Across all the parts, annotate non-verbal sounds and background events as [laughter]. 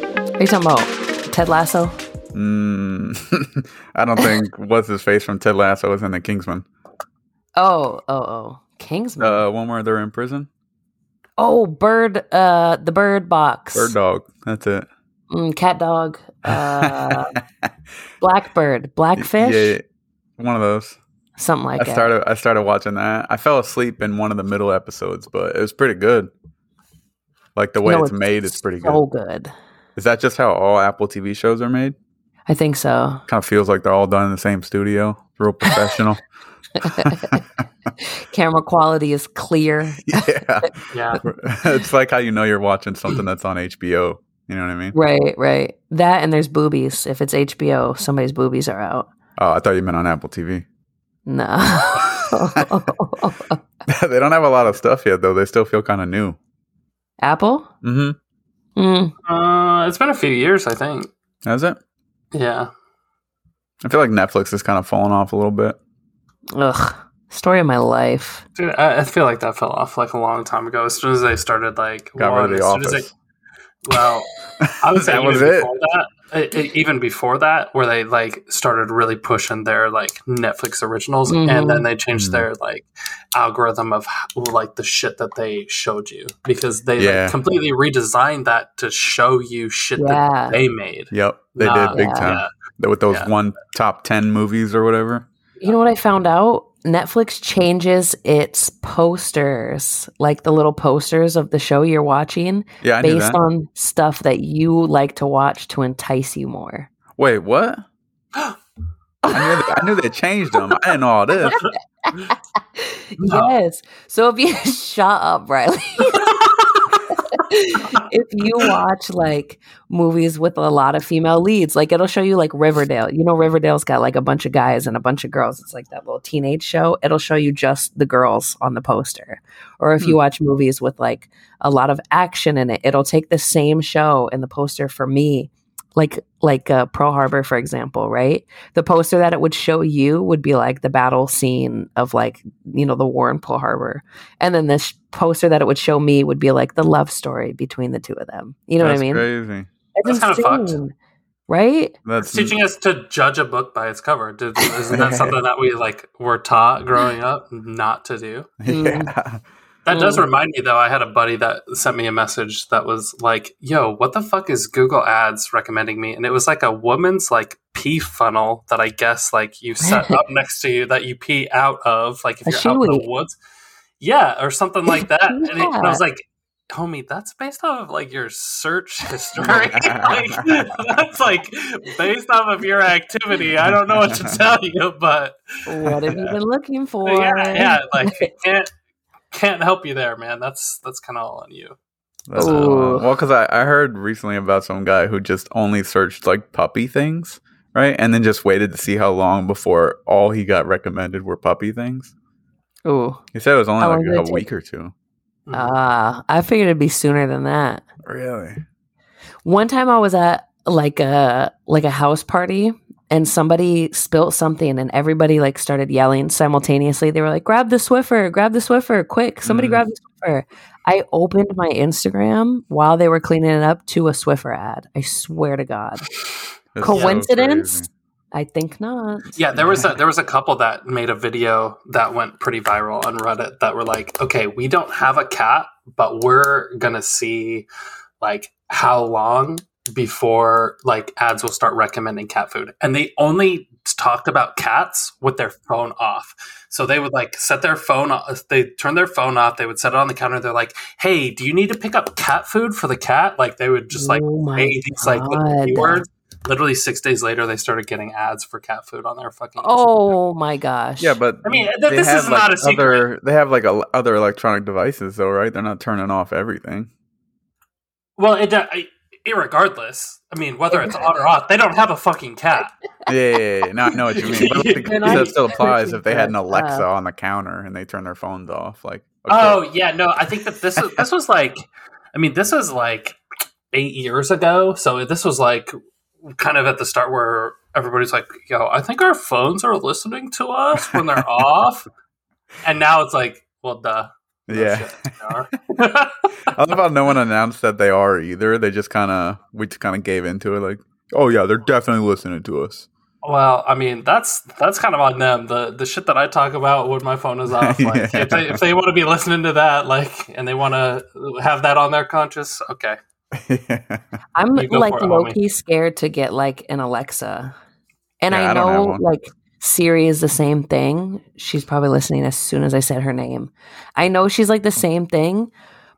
talking about Ted Lasso? Mm, [laughs] I don't think what's his face from Ted Lasso was in the Kingsman. Oh, oh, oh. Kingsman. Uh, one where they're in prison. oh, bird. Uh, the bird box. Bird dog. That's it. Mm, cat dog. [laughs] Uh, blackbird. Blackfish. Yeah, one of those. Something like I that. started. I started watching that. I fell asleep in one of the middle episodes, but it was pretty good. Like the way No, it's, made, it's pretty so good. good. Is that just how all Apple TV shows are made? I think so. Kind of feels like they're all done in the same studio. It's real professional. Camera quality [laughs] is clear. yeah, Yeah. [laughs] it's like how you know you're watching something that's on HBO. You know what I mean? Right, right. That and there's boobies. If it's HBO, somebody's boobies are out. Oh, I thought you meant on Apple TV. [laughs] No. [laughs] they don't have a lot of stuff yet, though. They still feel kind of new. Apple? Mm-hmm. Mm. Uh, it's been a few years, I think. That's it. Yeah. I feel like Netflix is kind of falling off a little bit. Ugh. Story of my life. Dude, I, I feel like that fell off like a long time ago. As soon as they started like Got rid one, of the as soon as office. they- [laughs] well, [laughs] I would say That even was before it. that, e- e- even before that, where they like started really pushing their like Netflix originals, Mhm. and then they changed Mhm. their like algorithm of h- like the shit that they showed you because they Yeah. like, completely redesigned that to show you shit Yeah. that they made. Yep, they Nah, did big yeah. time with those Yeah. one top ten movies or whatever. You know what I found out? Netflix changes its posters, like the little posters of the show you're watching, Yeah, I knew based that. on stuff that you like to watch to entice you more. Wait, [gasps] what? I knew, they, I knew they changed them. I didn't know [laughs] all this. No. Yes. So if you [laughs] shut [laughs] up, Riley. [laughs] if you watch like movies with a lot of female leads, like it'll show you like Riverdale. You know, Riverdale's got like a bunch of guys and a bunch of girls. It's like that little teenage show. It'll show you just the girls on the poster. Or if you watch movies with like a lot of action in it, it'll take the same show and the poster for me. Like like uh, Pearl Harbor, for example, right? The poster that it would show you would be like the battle scene of like you know the war in Pearl Harbor, and then this poster that it would show me would be like the love story between the two of them. You know That's what I mean? crazy. That's kinda fucked. right? That's It's teaching us to judge a book by its cover. Did, isn't that something that we like were taught growing up not to do? [laughs] yeah. That does Mm. remind me, though. I had a buddy that sent me a message that was like, "Yo, what the fuck is Google Ads recommending me?" And it was like a woman's like pee funnel that I guess like you set up next to you that you pee out of, like if A you're out in shoey. the woods, yeah, or something [laughs] like that. And, it- and I was Yeah. like, "Homie, that's based off of like your search [laughs] history. [laughs] like, that's like based off of your activity. I don't know what to tell you, but What [laughs] have you been looking for? yeah, yeah, like can't can't help you there, man. That's that's kind of all on you. That's, Ooh. uh, well, because I, I heard recently about some guy who just only searched like puppy things, right? And then just waited to see how long before all he got recommended were puppy things. Ooh, Mm-hmm. He said it was only How long like did a it take? week or two. ah, I figured it'd be sooner than that. Really? One time I was at like a like a house party and somebody spilt something and everybody like started yelling simultaneously. They were like, "Grab the Swiffer! Grab the Swiffer! Quick! Somebody Mm. grab the Swiffer!" I opened my Instagram while they were cleaning it up to a Swiffer ad. I swear to God, That's so coincidence? crazy. I think not. yeah, there was a there was a couple that made a video that went pretty viral on Reddit that were like, okay, we don't have a cat, but we're gonna see like how long before like ads will start recommending cat food and they only talked about cats with their phone off so they would like set their phone off they turn their phone off they would set it on the counter they're like hey do you need to pick up cat food for the cat like they would just like oh my hey, these like God. little keywords. Literally six days later, they started getting ads for cat food on their fucking. Oh my gosh! Yeah, but I mean, th- this is like, not a secret. Other, they have like a, other electronic devices, though, right? They're not turning off [laughs] everything. well, it, uh, irregardless, I mean, whether it's on or off, they don't have a fucking cat. Yeah, yeah, yeah, yeah. No, I know what you mean. But like, [laughs] They're not that still applies if they had an searching for, Alexa on the counter and they turn their phones off. Like, Oh yeah, no, I think that this is, this was like, I mean, this was like eight years ago, so this was like kind of at the start where everybody's like, "Yo, I think our phones are listening [laughs] to us when they're off," and now it's like, "Well, duh." No yeah. shit, they are. [laughs] I love how no one announced that they are either. They just kind of we just kind of gave into it, like, oh yeah, they're definitely listening to [laughs] us. Well, I mean, that's that's kind of on them. The the shit that I talk about when my phone [laughs] is off. Like, Yeah. if they, if they want to be listening to that, like, and they want to have that on their conscious, okay. I'm You go like for it, low homie. key scared to get like an Alexa. And Yeah, I I don't have know one. like Siri is the same thing. She's probably listening as soon as I said her name. I know she's like the same thing,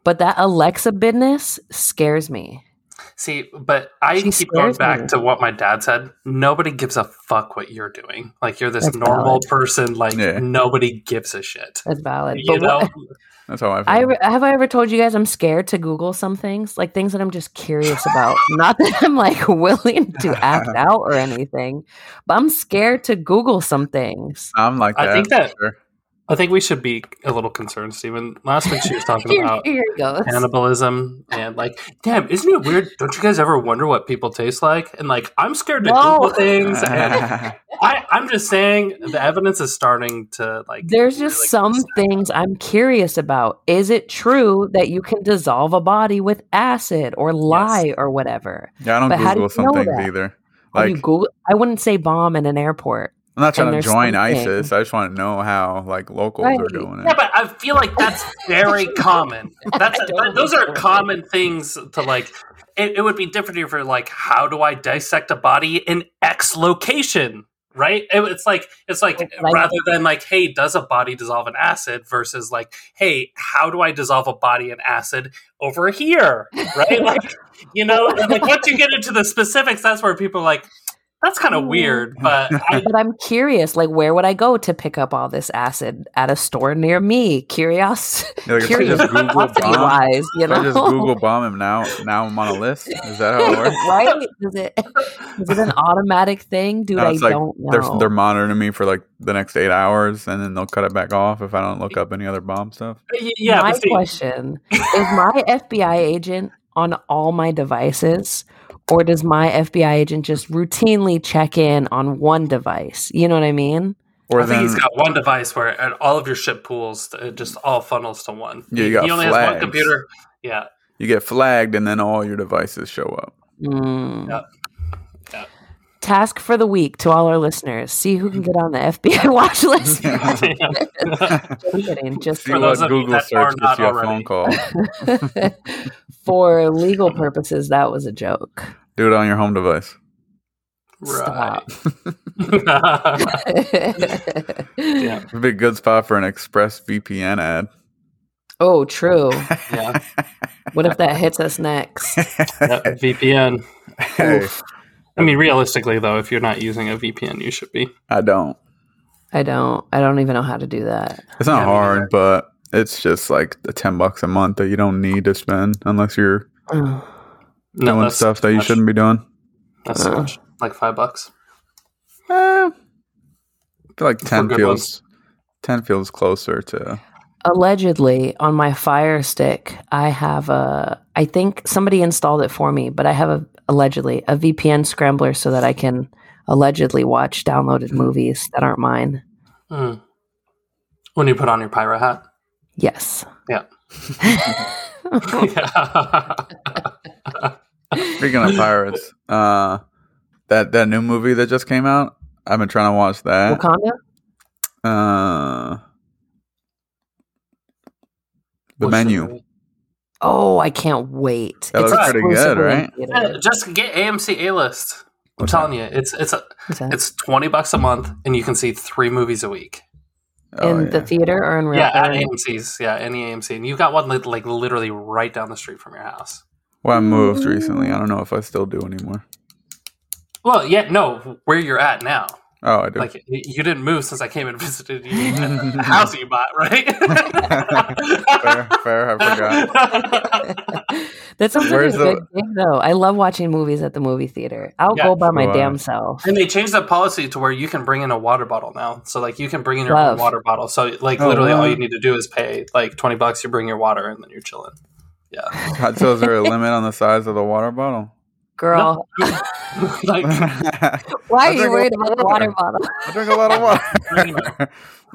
but that Alexa business scares me. See, but I She keep going scares back me. to what my dad said. Nobody gives a fuck what you're doing. Like you're this That's normal person. Like Yeah. nobody gives a shit. That's valid. You But what- know? That's how I I feel. re- have I ever told you guys I'm scared to Google some things, like things that I'm just curious about. Not that I'm like willing to act out or anything, but I'm scared to Google some things. I, am like I that. think for that- [laughs] sure. I think we should be a little concerned, Stephen. Last week she [laughs] was talking Here, about here it goes. cannibalism and like, damn, isn't it weird? Don't you guys ever wonder what people taste like? And like, I'm scared to No. [laughs] Google things. And I, I'm just saying the evidence is starting to like. There's just really- some things I'm curious about. Is it true that you can dissolve a body with acid or lie or whatever? yeah, I don't But how do Google you some know things that? either. Have you Like, Google? I wouldn't say bomb in an airport. I'm not trying and to there's join something- ISIS. I just want to know how like locals Right. are doing it. Yeah, but I feel like that's very common. That's I don't that, those are understand. common things to like. It, it would be different if you're like, how do I dissect a body in X location? Right? It- it's like it's like It's like- rather than like, hey, does a body dissolve in acid versus like, hey, how do I dissolve a body in acid over here? [laughs] Right? like, you know, and like once you get into the specifics, that's where people are like, that's kind Mm. of weird. But I, But I'm curious. Like, where would I go to pick up all this acid at a store near me? Curious, You're [laughs] like, if I curious, just Google bomb. wise, you If I know. just Google bomb him now. Now I'm on a list. Is that how it works? [laughs] right? Is it is it an automatic thing, dude? No, I it's like don't know. They're, they're monitoring me for like the next eight hours, and then they'll cut it back off if I don't look up any other bomb stuff. [laughs] yeah, my but see- question is my FBI agent on all my devices or does my FBI agent just routinely check in on one device? You know what I mean? Or I then think he's got one device where and all of your ship pools, it just all funnels to one. Yeah, you got he only has one flags. computer. [laughs] Yeah, [laughs] you get flagged, and then all your devices show up. Mm. Yep. Yep. Task for the week to all our listeners: see who can get on the FBI [laughs] watch list. [laughs] Kidding, [laughs] just [laughs] See For what those of you Google that are search gets not you a phone already. call. for legal purposes, that was a joke. Do it on your home device. right. Stop. [laughs] yeah, It'd be a good spot for an Express VPN ad. [laughs] Oh, true. yeah. What if that hits us next? Yep, VPN. Hey, I mean, realistically, though, if you're not using a VPN, you should be. I don't. I don't. I don't even know how to do that. [laughs] It's not Yeah, me neither. hard, but it's just like the ten bucks a month that you don't need to spend unless you're No, doing that's stuff that too you much. shouldn't be doing. That's too Uh. much. Like five bucks. Eh, I feel [laughs] like ten good feels ones. ten feels closer to allegedly on my fire stick i have a i think somebody installed it for me but i have a allegedly a vpn scrambler so that i can allegedly watch downloaded Hmm. movies that aren't mine Mm. When you put on your pyro hat. [laughs] yes Yeah. yeah yeah. Speaking [laughs] of pirates, uh, that that new movie that just came out, I've been trying to watch that. wakanda Uh, the What's menu. your- oh i can't wait That looks pretty good, exclusively in right? theaters. Yeah, just get AMC A list. I'm What's telling you, it's it's a, Is that It's twenty bucks a month, and you can see three movies a week. Oh, in yeah. the theater or in real Yeah, at or- AMC's. Yeah, any AMC, and you got one li- like literally right down the street from your house. well, I moved recently. I don't know if I still do anymore. Well, yeah, no, where you're at now. Oh, I do. Like y- you didn't move since I came and [laughs] visited you at the house you bought, right? [laughs] [laughs] fair, fair. I forgot. [laughs] that sounds like a Where's the- good gig though i love watching movies at the movie theater i'll Yeah, go by my so, uh, damn self and they changed the policy to where you can bring in a water bottle now. So like you can bring in your Love. own water bottle. So like Oh, literally all wow. you need to do is pay like twenty bucks. You bring your water and then you're chilling. Yeah. So is there a limit on the size of the water bottle? [laughs] girl. [laughs] like I Why I are you drink a worried lot about of the water bottle? drink a lot of water. Bring [laughs] it. I'm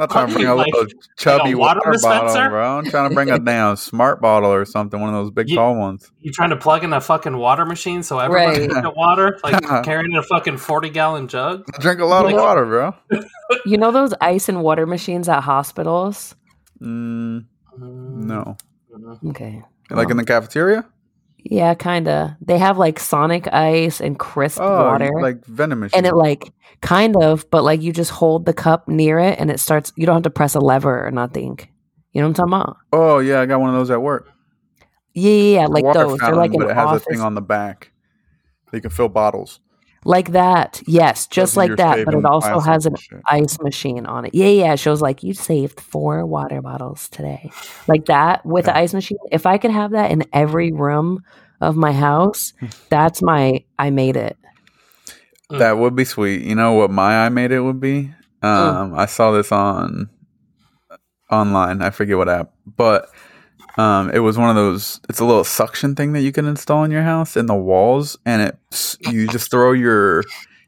not trying to bring a Like, little chubby a water water, dispenser? bottle, bro. I'm trying to bring a damn smart bottle or something, one of those big You- tall ones. you trying to plug in a fucking water machine so everyone Right. can get water? [laughs] Like carrying a fucking forty gallon jug? I drink a lot Like- of water, bro. [laughs] You know those ice and water machines at hospitals? Mm, no, Mhm. Okay. like in the cafeteria. Yeah, kinda. They have like sonic ice and crisp Oh, water. like venom machine. and it like kind of, but like you just hold the cup near it and it starts you don't have to press a lever or nothing. You know what I'm talking about? oh yeah, I got one of those at work. Yeah, yeah, yeah. A Like water those. They're like fountain, an but it has office. a thing on the back. that You can fill bottles, like that. Yes, just Those are like your that. But saving it also classes has an and shit. ice machine on it. Yeah, yeah. It shows like you saved four water bottles today. Like that with the Okay. ice machine. If I could have that in every room of my house, Hmm. that's my I made it. Mm. That would be sweet. You know what my I made it would be? Um, I saw this on online. I forget what app, but um, it was one of those. It's a little suction thing that you can install in your house in the walls, and it you just throw your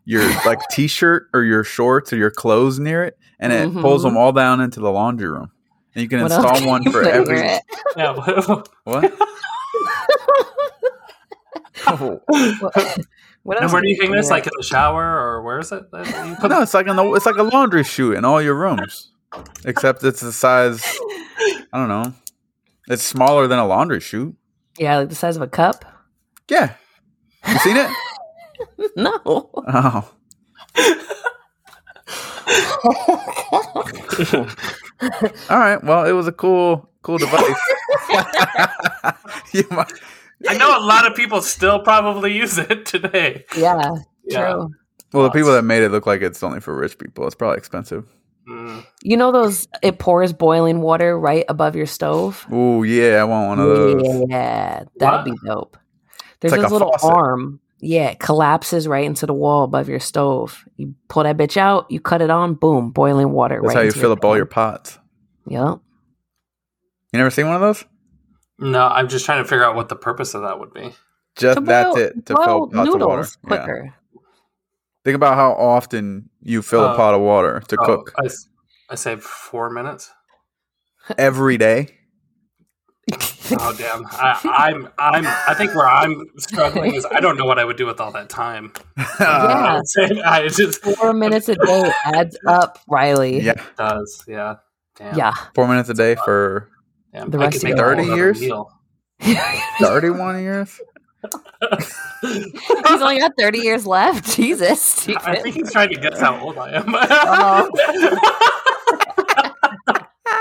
your like t-shirt or your shorts or your clothes near it, and it pulls Mhm. them all down into the laundry room. And you can What else install can one you [laughs] for put every near it? Yeah. [laughs] [laughs] what? Oh. [laughs] What, what and else where do you can hang this? near Like in the shower or where is it? that [laughs] You put No, it's like in the, it's like a laundry chute in all your rooms, except it's the size. I don't know. It's smaller than a laundry chute. it? yeah, like the size of a cup? Yeah, you seen it? [laughs] No. Oh, all right. Well, it was a cool, cool [laughs] device. you might, [laughs] I know a lot of people still probably use it [laughs] today. yeah, Yeah. true. well, the people that made it look like it's only for rich people. It's probably expensive. Mm. You know those it pours boiling water right above your stove? Oh yeah, I want one of those. Yeah, What? that'd be dope. There's like this a little faucet. arm. Yeah, it collapses right into the wall above your stove. You pull that bitch out, you cut it on, boom, boiling water. That's right how you into fill up all your pan. pots. Yep. You never seen one of those? No, I'm just trying to figure out what the purpose of that would be. Just To that's boil- it to fill boil pots of water. noodles Yeah. quicker. [laughs] Think about how often you fill Oh. a pot of water to Oh, cook I, s- I saved four minutes. every [laughs] day. Uh, Oh damn! I, I'm I'm I think where I'm struggling is I don't know what I would do with all that time. [laughs] Yeah. Uh, I just [laughs] it Four minutes a day adds up, Riley. yeah, does yeah. Damn. Yeah. four minutes a day for Yeah, The I rest could of make it. a whole 30 other years? meal. [laughs] thirty-one years. He's only got 30 years left. [laughs] Jesus. Stephen. I think he's trying to guess how old I am. [laughs]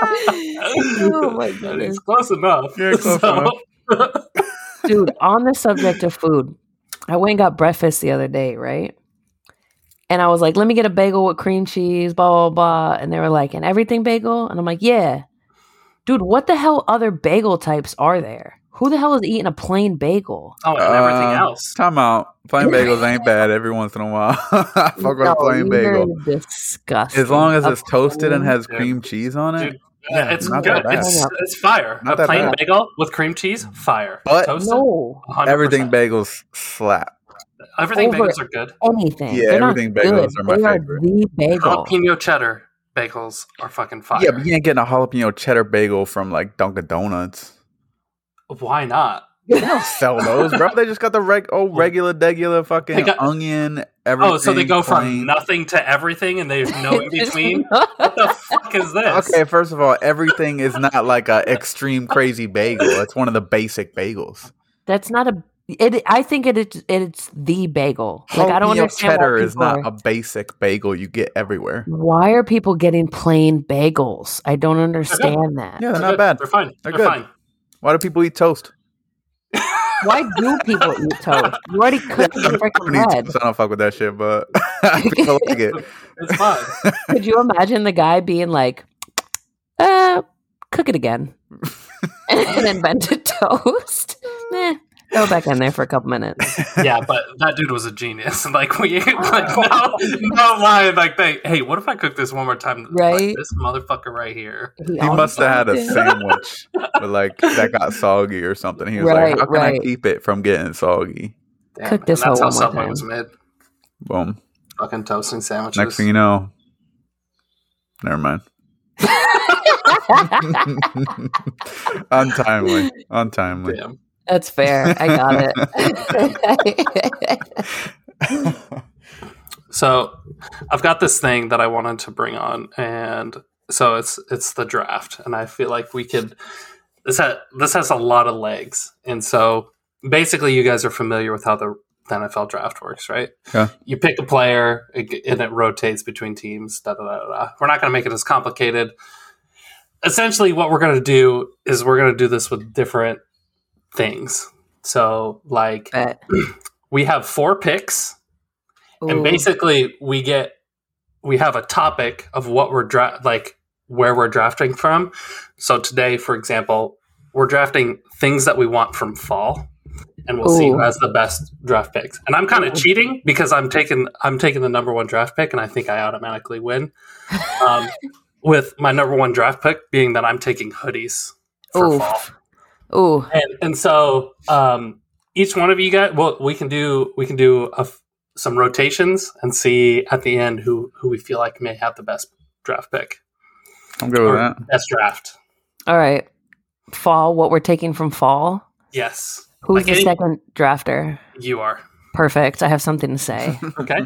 Uh-huh. oh [laughs] my goodness. It's close enough. Yeah, close enough. dude on the subject of food i went and got breakfast the other day right and i was like let me get a bagel with cream cheese blah blah blah and they were like an everything bagel and i'm like yeah dude what the hell other bagel types are there who the hell is eating a plain bagel Oh, and everything Uh, else. Time out. Plain bagels [laughs] ain't bad every once in a while. [laughs] I Fuck with a No, plain these are bagel. disgusting As long as A it's toasted and plain- has cream cheese on it. Dude, yeah, Uh, it's not good. that bad. It's, it's fire. Not a that plain bad. bagel with cream cheese, fire. But- Toasted, no 100%. Everything bagels slap. everything Over- bagels are good. anything Yeah, They're not everything bagels good. are my they favorite. the bagel [laughs] Jalapeno cheddar bagels are fucking fire. Yeah, but you ain't getting a jalapeno cheddar bagel from like Dunkin' Donuts. Why not? They don't sell those, bro. They just got the reg- [laughs] oh, regular, degular They fucking got- onion, everything. Oh, so they go plain. from nothing to everything, and there's [laughs] no in between. what the fuck is this? Okay, first of all, everything is not like a extreme crazy bagel. It's one of the basic bagels. That's not a. It. I think it. It's, it's the bagel. Like I don't Jalapeno understand cheddar why is people not are, a basic bagel you get everywhere. Why are people getting plain bagels? [laughs] I don't understand that. Yeah, they're They're not bad. They're fine. They're They're, good. fine. Why do people eat toast? Why do people eat toast? [laughs] You already cooked the Everyone eats freaking bread. toast. I don't fuck with that shit, but [laughs] [laughs] people like it. [laughs] It's fine. Could you imagine the guy being like, "Uh, cook [laughs] it again," and then bend to toast? Meh. Throw it back in there for a couple minutes. yeah, but that dude was a genius. [laughs] Like we, like no, no lie. Like they, hey, what if I cook this one more time? Like, Right. this motherfucker right here. He must have had a [laughs] sandwich, but like that got soggy or something. He was Right, like, "How can I right. keep it from getting soggy?" Damn, Cook this and that's whole how one more Subway time. was made. Boom. Fucking toasting sandwiches. Next thing you know, never [laughs] mind. [laughs] untimely, untimely. Damn. That's fair. I [laughs] got it. So I've got this thing that I wanted to bring on, and so it's it's the draft, and I feel like we could this ha, this has a lot of legs, and so basically you guys are familiar with how the NFL draft works, right? Yeah. You pick a player, it g- and it rotates between teams. Da da da da. da. We're not going to make it as complicated. Essentially, what we're going to do is we're going to do this with different things. So, like, Bet. we have four picks Ooh. and basically we get we have a topic of what we're dra- like where we're drafting from so today for example we're drafting things that we want from fall and we'll see Ooh. who has the best draft picks and i'm kind Ooh. of cheating because i'm taking i'm taking the number one draft pick and i think i automatically win [laughs] um, with my number one draft pick being that i'm taking hoodies for Oof. fall Ooh, and and so um, each one of you guys, well, we can do we can do a f some rotations and see at the end who who we feel like may have the best draft pick I'm good with that. best draft. all right. Fall. What we're taking from fall. Yes, Who's Like the any- second drafter? you are Perfect. I have something to say. [laughs] okay.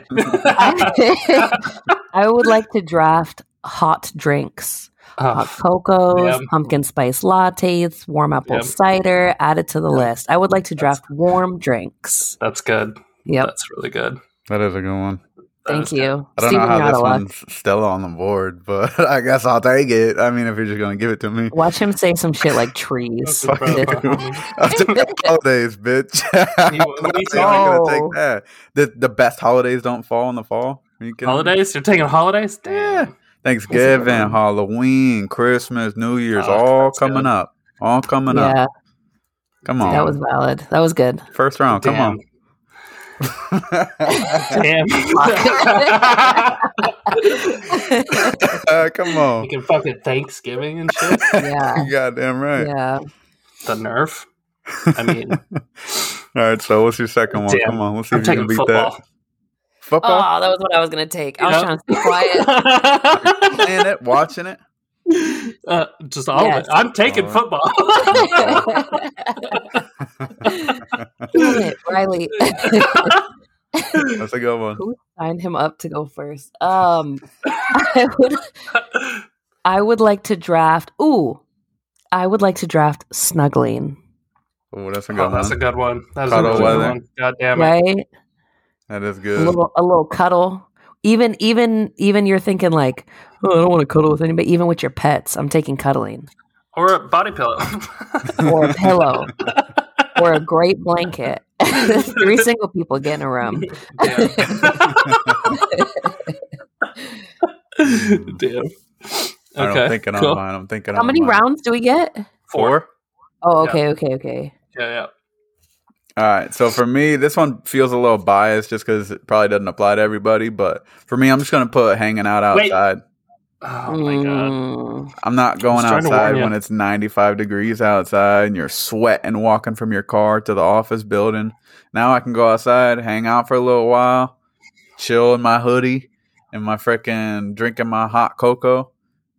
I would like to draft hot drinks. Hot Uh, cocos, Yep. pumpkin spice lattes, warm apple Yep. cider, added to the Yep. list. I would like to That's- draft warm drinks. that's good. Yep. That's really good. That is a good one. That Thank is you. good. I don't know Steven, how you're out this of luck. one's still on the board, but [laughs] I guess I'll take it. I mean, if you're just gonna give it to me, [laughs] Watch him say some shit [laughs] like trees. Fuck you. That's incredible. I'll take [laughs] the holidays, bitch. [laughs] what do you I'm not gonna No. take that. The the best holidays don't fall in the fall. Are you kidding me? Holidays? You're taking holidays? Yeah. Damn. Thanksgiving, That's a good one. Halloween, Christmas, New Year's, Oh, all that's coming good. up. All coming up. yeah, Come on. that was valid. That was [laughs] good. First round. Come Damn. on. [laughs] Uh, Damn. Uh, come [laughs] [laughs] you on. can fucking Thanksgiving and shit. yeah. You goddamn right. Yeah. The nerve. I [laughs] mean, All right, so what's your second one? Damn. Come on, let's see I'm if you can taking beat football. that. Football? Oh, that was what I was gonna take. I You was know? trying to be quiet. uh, Oh. Playing it, watching [laughs] it. [laughs] uh, just all Yes. of it. I'm taking All right. [laughs] football. Damn it, Riley. That's a good one. Sign him up to go first. Um, I would, I would like to draft. Ooh, I would like to draft snuggling. Oh, that's a good Oh, one. that's a good one. That's a Cuddle good weather. one. God damn it. Right. that [laughs] is a good. little a little cuddle. Even even even you're thinking like, oh, I don't want to cuddle with anybody. Even with your pets, I'm taking cuddling Or a body pillow. [laughs] or a pillow or a great blanket. [laughs] Three single people get in a room. damn. [laughs] damn. All right, I'm Okay. thinking on Cool. mine. I'm thinking How on many mine. rounds do we get? Four. Oh, Yeah. okay, okay, okay. Yeah, yeah. All right. So for me, this one feels a little biased just because it probably doesn't apply to everybody. But for me, I'm just gonna put hanging out Wait. outside. Oh my god. Mm. I'm not going trying to warn outside you. when it's 95 degrees outside and you're sweating walking from your car to the office building. Now I can go outside, hang out for a little while, chill in my hoodie and my freaking drinking my hot cocoa.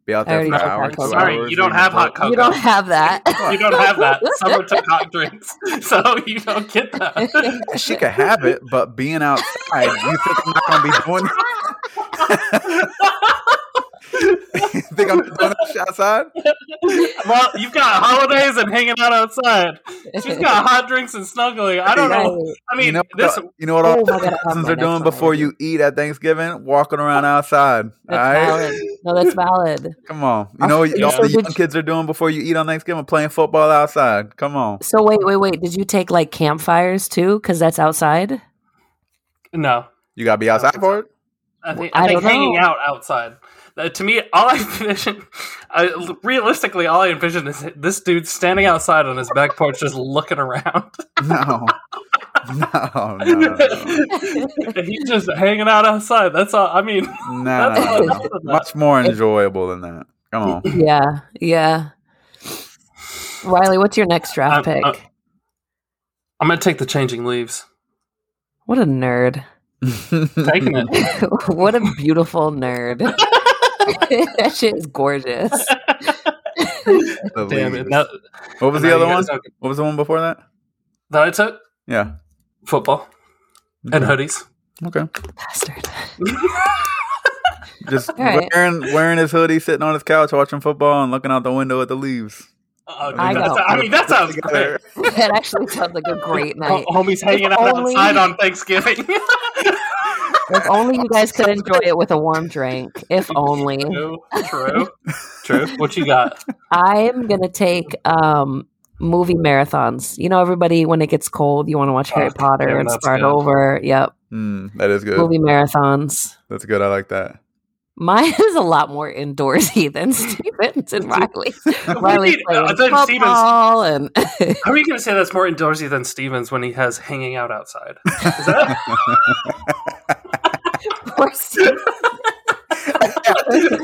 Be out I there for an already took hour, hot two cocoa. Sorry, hours, you don't reading a have hot book. cocoa. You don't have that. You don't [laughs] have that. Summer took hot drinks, [laughs] so you don't get that. [laughs] [laughs] She could have it, but being outside, you think I'm not gonna be doing [laughs] you think I'm doing that shit outside? well, you've got holidays and hanging [laughs] out outside. She's got hot drinks and snuggling. I don't know. Right. I mean, you know this. what, you know what Oh all my God, I the have cousins my are next doing one before already. you eat at Thanksgiving? Walking around outside. all That's right? valid. No, that's valid. Come on. You I'll know what see all the you. So did young you- kids are doing before you eat on Thanksgiving? Playing football outside. Come on. So wait, wait, wait. Did you take like campfires too? Because that's outside. No, You gotta be outside for [laughs] it. I think, I I don't think know. hanging out outside. Uh, to me, all I [laughs] envision, I, realistically, all I envision is this dude standing outside on his back porch, just looking around. No. [laughs] No, no, no, [laughs] no. He's just hanging out outside. That's all. I mean, no, That's no, no, all- no. Much more enjoyable than that. Come on. Yeah, yeah. Riley, what's your next draft I'm- uh, pick? I'm- I'm gonna take the changing leaves. What a nerd. [laughs] [laughs] Taking it. what a beautiful nerd. [laughs] that shit is gorgeous. The [laughs] Damn leaves. it. Now, what was now the other you one? guys know- What was the one before that? That I took Yeah. football and hoodies. Okay. [laughs] Bastard. Just All right. wearing wearing his hoodie, sitting on his couch, watching football, and looking out the window at the leaves. Oh, dude, I that's- know. I mean, that sounds great. That actually sounds like a great night. Ho- Homies hanging out only- outside on Thanksgiving. [laughs] If only you guys could enjoy it with a warm drink. If only. [laughs] true, true, true. What you got? I'm gonna take um movie marathons. You know, everybody when it gets cold, you want to watch Harry Oh, Potter damn, and that's start good. over. Yep, Mm, that is good. movie marathons. That's good. I like [laughs] that. [laughs] Mine is a lot more indoorsy [laughs] than Stevens [laughs] and Riley. Riley's Wait, playing I thought [laughs] Stevens- football Oh. and [laughs] How are you going to say that's more indoorsy than Stevens when he has hanging out outside? Is [laughs] that? poor Stevens.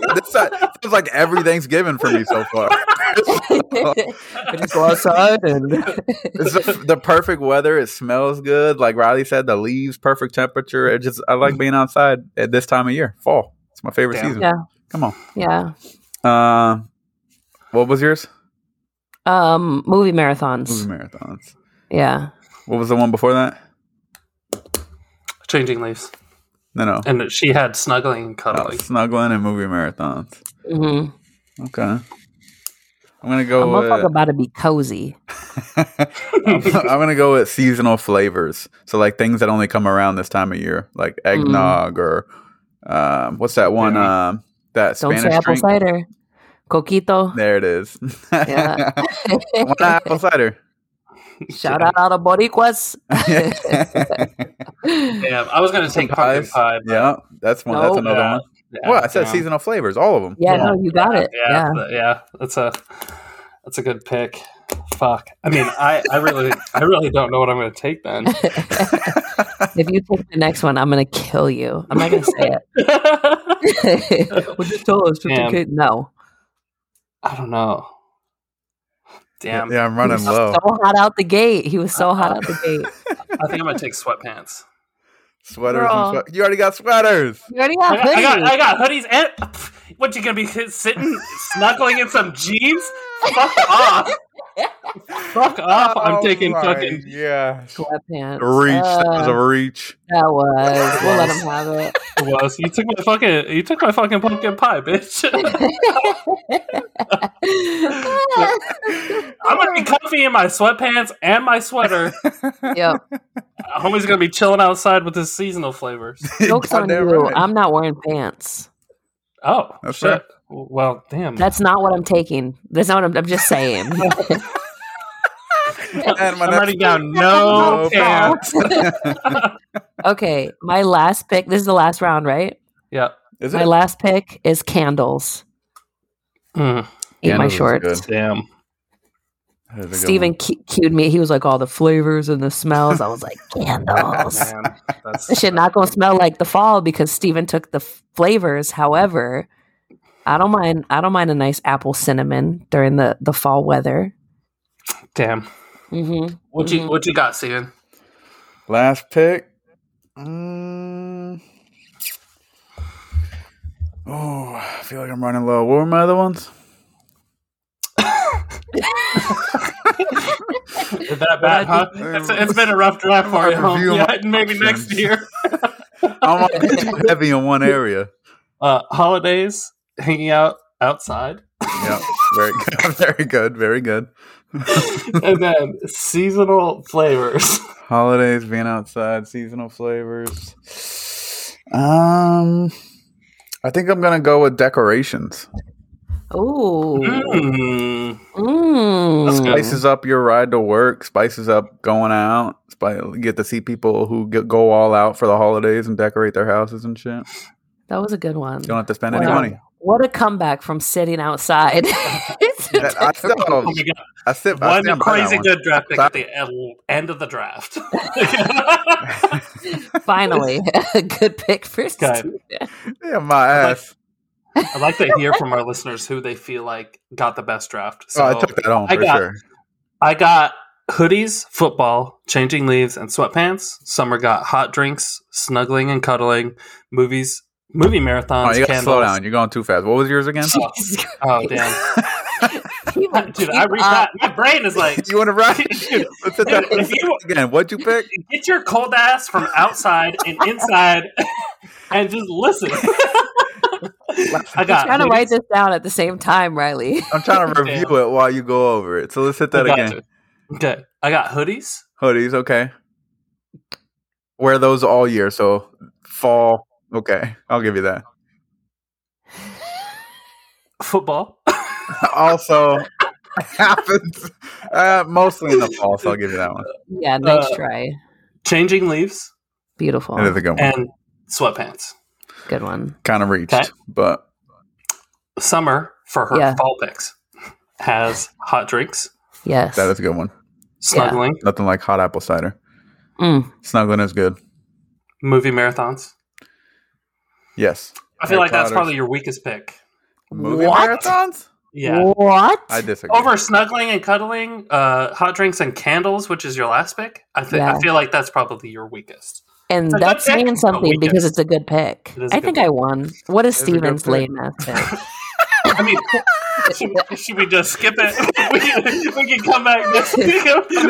this is like every Thanksgiving for me so far. [laughs] I just go outside [laughs] and It's the, the perfect weather. It smells good. Like Riley said, the leaves, perfect temperature. It just I like being outside at this time of year. Fall. It's my favorite Damn. season. Yeah. Come on. yeah. Um, what was yours? Um, movie marathons. Hmm. Movie marathons. Yeah, What was the one before that? Changing leaves. No, no. And she had snuggling and Oh, cuddling. snuggling and movie marathons. hmm Okay. I'm gonna a Oh, uh, go. motherfucker With, about to be cozy. [laughs] [laughs] I'm, gonna go with seasonal flavors. So like things that only come around this time of year, like Mm. eggnog or um, what's that one? Yeah. Um, that Don't say Spanish apple drink. cider, coquito. There it is. [laughs] Yeah. One apple [laughs] cider. Shout out all the [laughs] Boricuas. Damn, I was going to take pumpkin Pies. pie. but- yeah, that's one. That's Nope. another Yeah, one. yeah, Well, I said damn. seasonal flavors, all of them. Yeah, no, you got it. yeah, Yeah. th- yeah, that's a that's a good pick. Fuck. I mean, I, I really I really don't know what I'm going to take then. If you take the next one, I'm gonna kill you. I'm not gonna say it. [laughs] Would you tell us? Damn. No. I don't know. Damn. Yeah, I'm running He was low. So hot out the gate. He was so hot out the [laughs] gate. I think I'm going to take sweatpants. Sweaters. Girl. And swe- you already got sweaters. You already got I got, I hoodie. got, I got hoodies and what you gonna be sitting snuggling in some jeans? Fuck off! Fuck off! I'm taking Oh my- fucking. yeah. Sweatpants. Reach. that was Uh, a reach. that was. We'll let him have it. Was you took my fucking you took my fucking pumpkin pie, bitch. [laughs] [laughs] I'm gonna be comfy in my sweatpants and my sweater. Uh, yep. Homie's gonna be chilling outside with his seasonal flavors. [laughs] Jokes on you. Goddamn right. [laughs] I'm not wearing pants. Oh That's shit! right. Well, damn. That's not what I'm taking. That's not what I'm, I'm just saying. And my I'm next- writing down no No pants. okay. My last pick. This is the last round, right? Yeah. Is My it? last pick is candles. Mm, Eat my Candles is good. shorts. damn. That is a good Steven cu- cued me. He was like, all the flavors and the smells. [laughs] I was like, candles. Man, this that's shit not gonna smell like the fall because Steven took the f- flavors. However, I don't mind. I don't mind a nice apple cinnamon during the the fall weather. damn. Mm-hmm. What you what you got, Steven? one. Last pick. Mm. Oh, I feel like I'm running low. What were my other [laughs] ones? Is that bad, huh? It's, it's been a rough draft for you. Home. Review Yeah, my maybe options. [laughs] next year. I'm already too heavy in one area. Uh, holidays, hanging out outside, Yep. Very good. [laughs] Very good. Very good. and then seasonal [laughs] flavors. Holidays, being outside, seasonal flavors. Um, I think I'm gonna go with decorations. Ooh, Mm. mm. That's good. spices up your ride to work, spices up going out. Spi- Get to see people who get, go all out for the holidays and decorate their houses and shit. That was a good one. Don't have to spend any Wow. money. What a comeback from sitting outside. It's [laughs] a That- [laughs] I still, decoration. Oh my god! I sit, I One stand by that crazy one. good draft pick at the el- end of [laughs] the draft. Finally, a good pick for Okay. Steven. [laughs] Yeah, [laughs] my ass. I'd like to hear from our listeners who they feel like got the best draft. So oh, I took that home I for got- sure. I got hoodies, football, changing leaves, and sweatpants. Summer got hot drinks, snuggling and cuddling, movies, movie marathons, Oh, you gotta candles. slow down. You're going too fast. What was yours again? Jesus Oh damn, Keep- [laughs] dude! I keep read up. that. My brain [laughs] is [laughs] like, you want to [laughs] ride? Dude, Let's hit that dude, if you- again. What'd you pick? get your cold ass from outside and inside, [laughs] and just listen. [laughs] I got. Trying to write this down at the same time, Riley. [laughs] I'm trying to review it while you go over it. So let's hit that I got again. you. Okay, I got hoodies. Hoodies, okay. Wear those all year, so fall. Okay, I'll give you that. [laughs] football. [laughs] Also, [laughs] happens uh, mostly in the fall, so I'll give you that one. Yeah, nice Uh, try. changing leaves Beautiful. That is a good one. and sweatpants. Good one. Kind of reached, Okay. but Summer for her Yeah. fall picks has hot drinks, Yes. that is a good one. snuggling, Nothing like hot apple cider. Mm. Snuggling is good. movie marathons. Yes. I feel Harry like that's Potters. probably your weakest pick. Movie What? marathons? Yeah. What? I disagree. Over snuggling and cuddling, uh, hot drinks and candles, which is your last pick. I think Yeah. I feel like that's probably your weakest. and It's a good that's pick, saying but something weakest. because it's a good pick. It is a I good think pick. I won. What is It is a good Steven's pick. lame ass [laughs] pick? I mean, should, should we just skip it? [laughs] we, can, we can come back next week.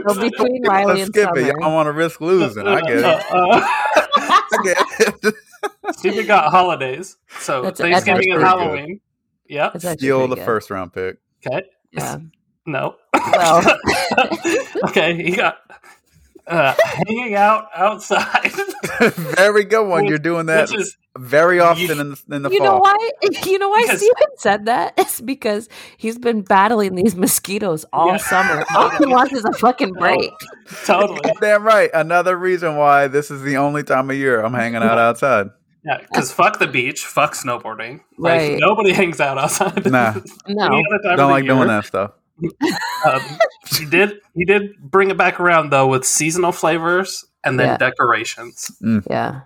Well, between Riley Let's and skip Summer. it. Y'all want to risk losing. I get it. Uh, [laughs] uh, I get it. Stephen got holidays, so That's- that's Thanksgiving actually and pretty good. Halloween. Yeah. It's actually Steal pretty the good. first round pick. [laughs] Okay. Yeah. No. Well, okay. He got uh, hanging out outside, [laughs] very good one. You're doing that which is very often You- in the, in the you fall. know why? [laughs] You know why Because- Steven said that? [laughs] It's because he's been battling these mosquitoes all Yeah. summer. All [laughs] he wants is a fucking break. totally Damn right. Another reason why this is the only time of year I'm hanging out outside. yeah. Because fuck the beach, fuck snowboarding. Like Right. nobody hangs out outside. [laughs] Nah. No. Don't like doing that stuff. Um, he did. He did bring it back around though with seasonal flavors and then Yeah. decorations. Yeah.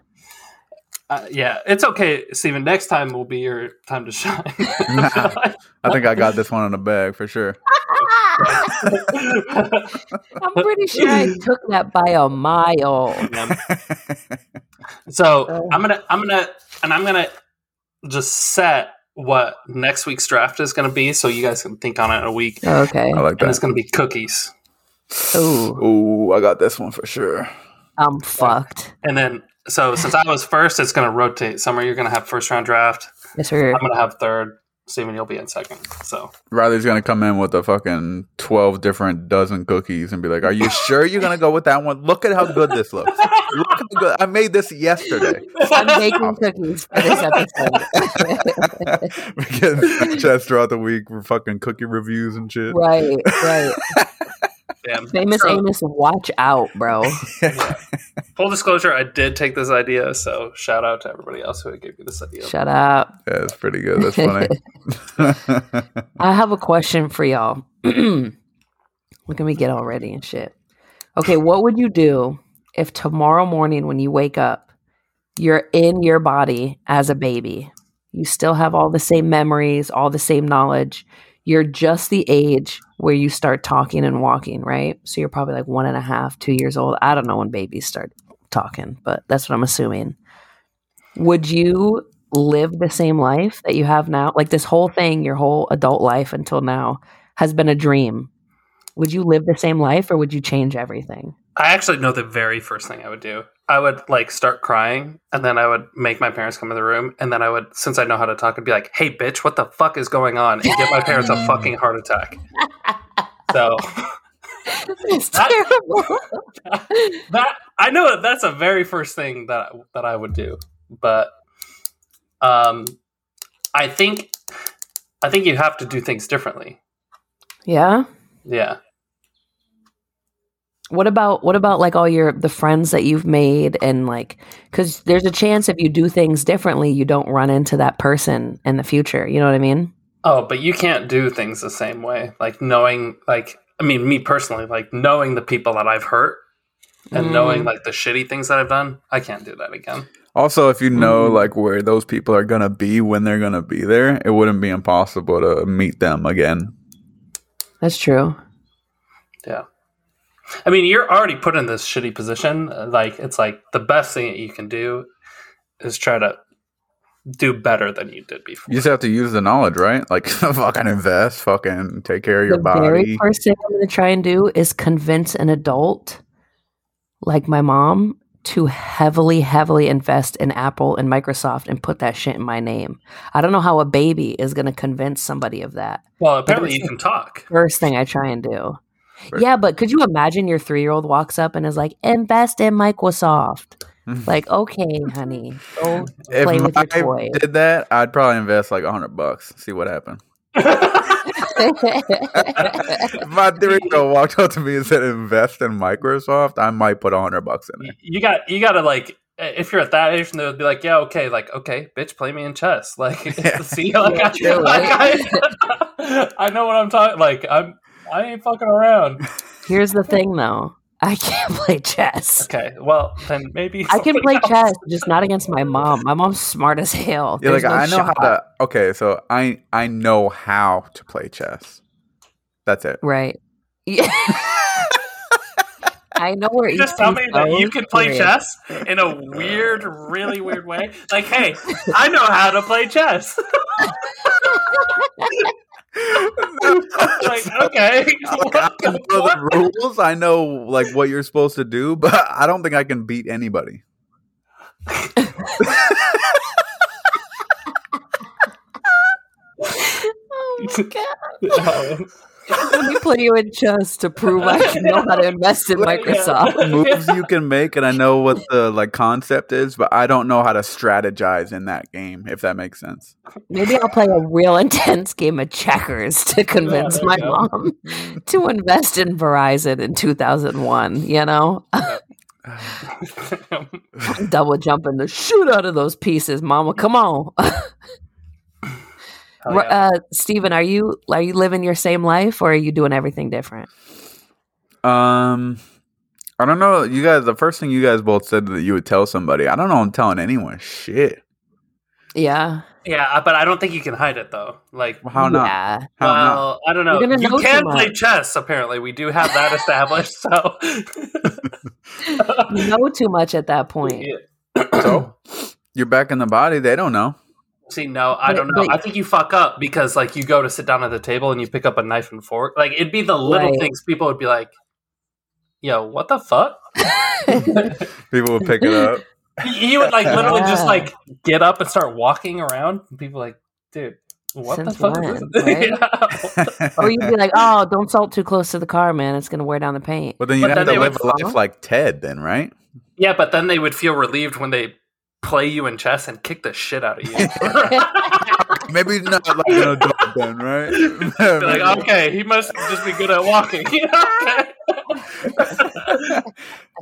Uh, yeah, it's okay, Steven. Next time will be your time to shine. [laughs] I think I got this one in the bag for sure. [laughs] I'm pretty sure I took that by a mile. so Oh. I'm gonna, I'm gonna, and I'm gonna just set what next week's draft is gonna be, so you guys can think on it in a week. Okay. I like And it's that. gonna be cookies, Ooh, Ooh, I got this one for sure. I'm fucked. and then so since I was first, it's gonna rotate. Summer, you're gonna have first round draft. Yes, sir. I'm gonna have third. Steven, you'll be in second. So Riley's gonna come in with a fucking twelve different dozen cookies and be like, "Are you sure you're gonna go with that one? Look at how good this looks. Look how good. I made this yesterday. [laughs] I'm baking cookies for this episode. [laughs] We're getting Snapchats throughout the week. We're fucking cookie reviews and shit. right, [laughs] right. Damn. Famous So, Amos, watch out, [laughs] bro. full disclosure, I did take this idea. So shout out to everybody else who gave me this idea. Shut up. Yeah, it's pretty good. That's funny. I have a question for y'all. [clears throat] Look at me get all ready and shit. Okay, what would you do if tomorrow morning when you wake up, you're in your body as a baby? You still have all the same memories, all the same knowledge. You're just the age where you start talking and walking, right? So you're probably like one and a half, two years old. I don't know when babies start talking, but that's what I'm assuming. Would you live the same life that you have now? Like this whole thing, your whole adult life until now has been a dream. Would you live the same life or would you change everything? I actually know the very first thing I would do. I would like start crying, and then I would make my parents come in the room, and then I would, since I know how to talk, I'd be like, "Hey, bitch, what the fuck is going on?" and get my parents a fucking heart attack. So [laughs] That's That- terrible. that I know that that's a very first thing that that I would do, but um, I think I think you have to do things differently. yeah. Yeah, What about what about like all your the friends that you've made and like cuz there's a chance if you do things differently you don't run into that person in the future, you know what I mean? Oh, but you can't do things the same way. Like knowing, like I mean, me personally, like knowing the people that I've hurt and Mm. knowing like the shitty things that I've done, I can't do that again. also, if you know Mm. like where those people are gonna be when they're gonna be there, it wouldn't be impossible to meet them again. That's true. Yeah. I mean, you're already put in this shitty position. Like, it's like the best thing that you can do is try to do better than you did before. You just have to use the knowledge, right? Like, [laughs] fucking invest, fucking take care of your the very body. first thing I'm going to try and do is convince an adult like my mom to heavily, heavily invest in Apple and Microsoft and put that shit in my name. I don't know how a baby is going to convince somebody of that. Well, apparently you can talk. First thing I try and do. Right. Yeah, but could you imagine your three year old walks up and is like, invest [laughs] in Microsoft? Like, okay, honey, Oh. go if play with I your toy. did that, I'd probably invest like hundred bucks. See what [laughs] happened. My three year old walked up to me and said, "Invest in Microsoft." I might put hundred bucks in You- it. [laughs] you got you got to like if you're at that age and they would be like yeah okay like okay bitch play me in chess like [laughs] [laughs] Yeah. see like, I, true, like, I, I know what I'm talking like I'm I ain't fucking around [laughs] Here's the thing, though I can't [laughs] play chess. okay well then maybe [laughs] I can something play else. chess, just not against my mom. My mom's smart as hell. Yeah, like There's no I know shot. how to. Okay, so I I know how to play chess. That's it. Right. Yeah. [laughs] I know where You each just tell me piece that you goes. can play Period. chess in a weird really weird way like [laughs] hey I know how to play chess [laughs] like okay Like, I [laughs] What the know fuck? the rules. I know like what you're supposed to do, but I don't think I can beat anybody. Oh my god! No. Let me play you in chess to prove [laughs] I can know how to invest in [laughs] Yeah. Microsoft. Moves you can make, and I know what the like concept is, but I don't know how to strategize in that game. If that makes sense. Maybe I'll play a real [laughs] intense game of checkers to convince there you my go. mom Mm. to invest in Verizon in 2001. You know, double jumping the shoot out of those pieces, Mama. Come on. [laughs] Hell Ru- yeah. Uh, Steven, are you are you living your same life or are you doing everything different? Um, I don't know. You guys, the first thing you guys both said that you would tell somebody. I don't know. I'm telling anyone. Shit. Yeah. Yeah, uh, but I don't think you can hide it though. Like, Well, How not? Yeah. How not? well, I don't know. You're gonna You know can too play much. chess. Apparently, we do have that established. So, You know too much at that point. Yeah. So you're back in the body. They don't know. see, no, I But- don't know. but- I think you fuck up because, like, you go to sit down at the table and you pick up a knife and fork. Like, it'd be the little Right. things people would be like, "Yo, what the fuck?" People would pick it [laughs] up. He he would [laughs] like literally just Yeah. like get up and start walking around. And people like, dude, what Since the fuck? is when, this?" [laughs] right? Yeah. [laughs] Or you'd be like, oh, don't salt too close to the car, man. It's going to wear down the [laughs] paint. But then you'd But then have they to would live a follow. life like Ted, then, right? Yeah, but then they would feel relieved when they play you in chess and kick the shit out of you. [laughs] Maybe not like an adult, then, right? [laughs] Be [laughs] like, okay, he must just be good at walking. [laughs]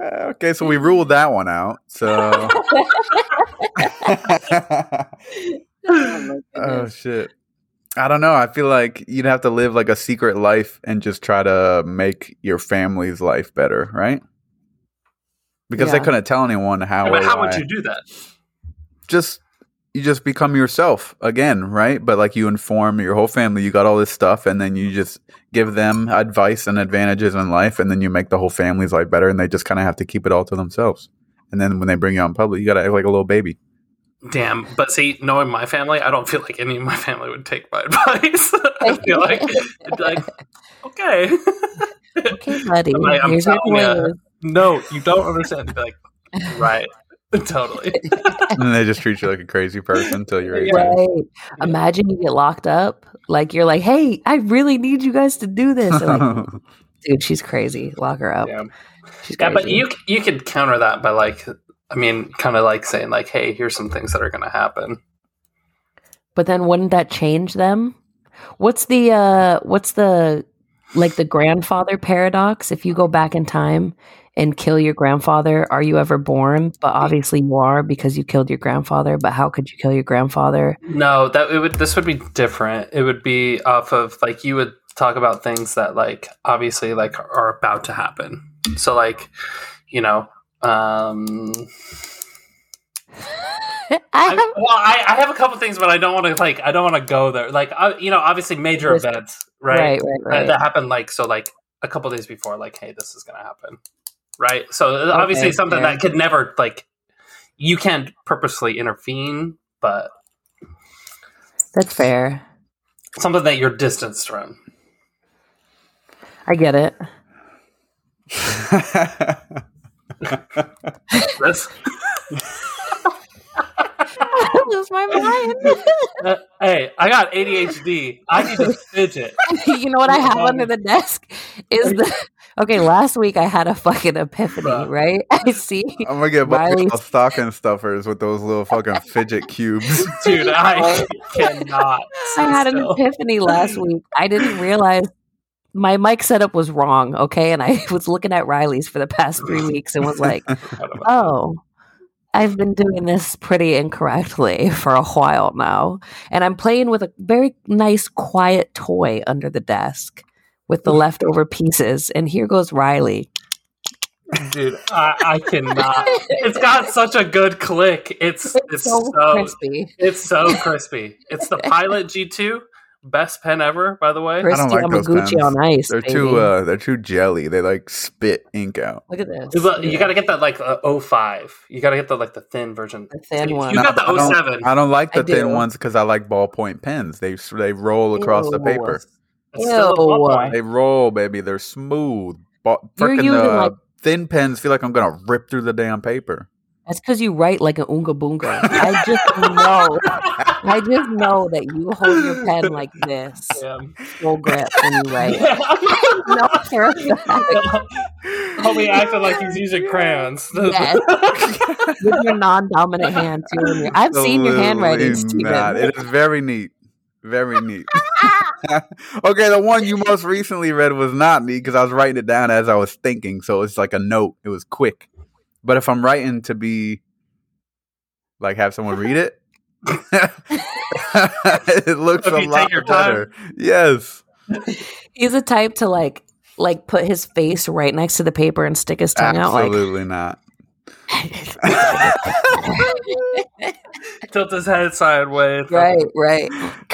Uh, okay, so we ruled that one out. [laughs] So. oh shit. I don't know. I feel like you'd have to live like a secret life and just try to make your family's life better, right? Because they Yeah. couldn't tell anyone how. but or how would why. you do that? just you just become yourself again, right? But like you inform your whole family, you got all this stuff, and then you just give them advice and advantages in life, and then you make the whole family's life better, and they just kind of have to keep it all to themselves. And then when they bring you out in public, you got to act like a little [laughs] baby. Damn, but see, knowing my family, I don't feel like any of my family would take my [laughs] advice. I feel like I'd be like, okay, [laughs] okay, buddy. I'm like, I'm here's your telling ya. toys. no, you don't understand. They'd be like, right, [laughs] totally. and then they just treat you like a crazy person until you're 18. Right. Imagine you get locked up. Like, you're like, hey, I really need you guys to do this. They're [laughs] like, dude, she's crazy. Lock her up. Damn. She's Yeah, crazy. but you you could counter that by like, I mean, kind of like saying like, hey, here's some things that are going to happen. But then wouldn't that change them? What's the uh what's the like the grandfather paradox? If you go back in time and kill your grandfather, are you ever born? But obviously you are because you killed your grandfather, but how could you kill your grandfather? [laughs] No, that it would. This would be different. It would be off of like you would talk about things that like obviously like are about to happen. So like, you know, um, I, [laughs] I well, I, I have a couple things, but I don't want to like I don't want to go there. Like, I, you know, obviously major Risk- events, have, [laughs] right? right, right, That, right. that happened like so like a couple days before, like, hey, this is going to happen. Right. So uh, obviously, something yeah. that could never, like, you can't purposely intervene, but That's fair. something that you're distanced from. I get [laughs] it. This, Lose my mind. uh, hey, I got ADHD. I need to [laughs] fidget. [laughs] you know what I have Um, under the desk is the [laughs] okay. Last week I had a fucking epiphany, Bruh. right? [laughs] I see. [laughs] I'm gonna get a bunch of Riley- y'all stocking stuffers with those little fucking fidget [laughs] cubes. Dude, I cannot. Oh I [laughs] sit had an still. epiphany last week. I didn't realize my mic setup was wrong. Okay, and I [laughs] was looking at Riley's for the past three [laughs] weeks and was like, "Oh, I've been doing this pretty incorrectly for a while now." And I'm playing with a very nice, quiet toy under the desk [laughs] with the leftover pieces. And here goes Riley. [laughs] Dude, I, I Ah, cannot. It's got such a good click. It's it's, so, crispy. it's so crispy. It's the Pilot G2, best pen ever, by the way. Christy don't like those Yamaguchi pens. on ice. They're baby. too uh, they're too jelly. They like spit ink out. Look at this. You got- You got to get that like uh, 05. You got to get the like the thin version. the thin You one. You got No, I the don't- 07. I don't like I the thin do. ones because I like ballpoint pens. They s- they roll across the Ew. paper. It's still a Ew. ballpoint. They roll, baby. They're smooth. Ba- You're freaking using, the like- thin pens feel like I'm gonna rip through the damn paper. That's because you write like an oonga boonga. I just know. I just know that you hold your pen like this, Damn. full grip, and you write. No, sir. [laughs] Homie acted like he's [laughs] using crayons. Yes. With your non-dominant hand too. in your- I've seen your handwriting, Absolutely not. Steven. It is very neat. Very [laughs] neat. [laughs] okay, the one you most recently read was not neat because I was writing it down as I was thinking, so it's like a note. It was quick. But if I'm writing to be like have someone read it, [laughs] it looks If a you lot take your better. Yes. He's the type to like, like put his face right next to the paper and stick his tongue Absolutely not. out, like. [laughs] Tilt his head [laughs] sideways. right, right.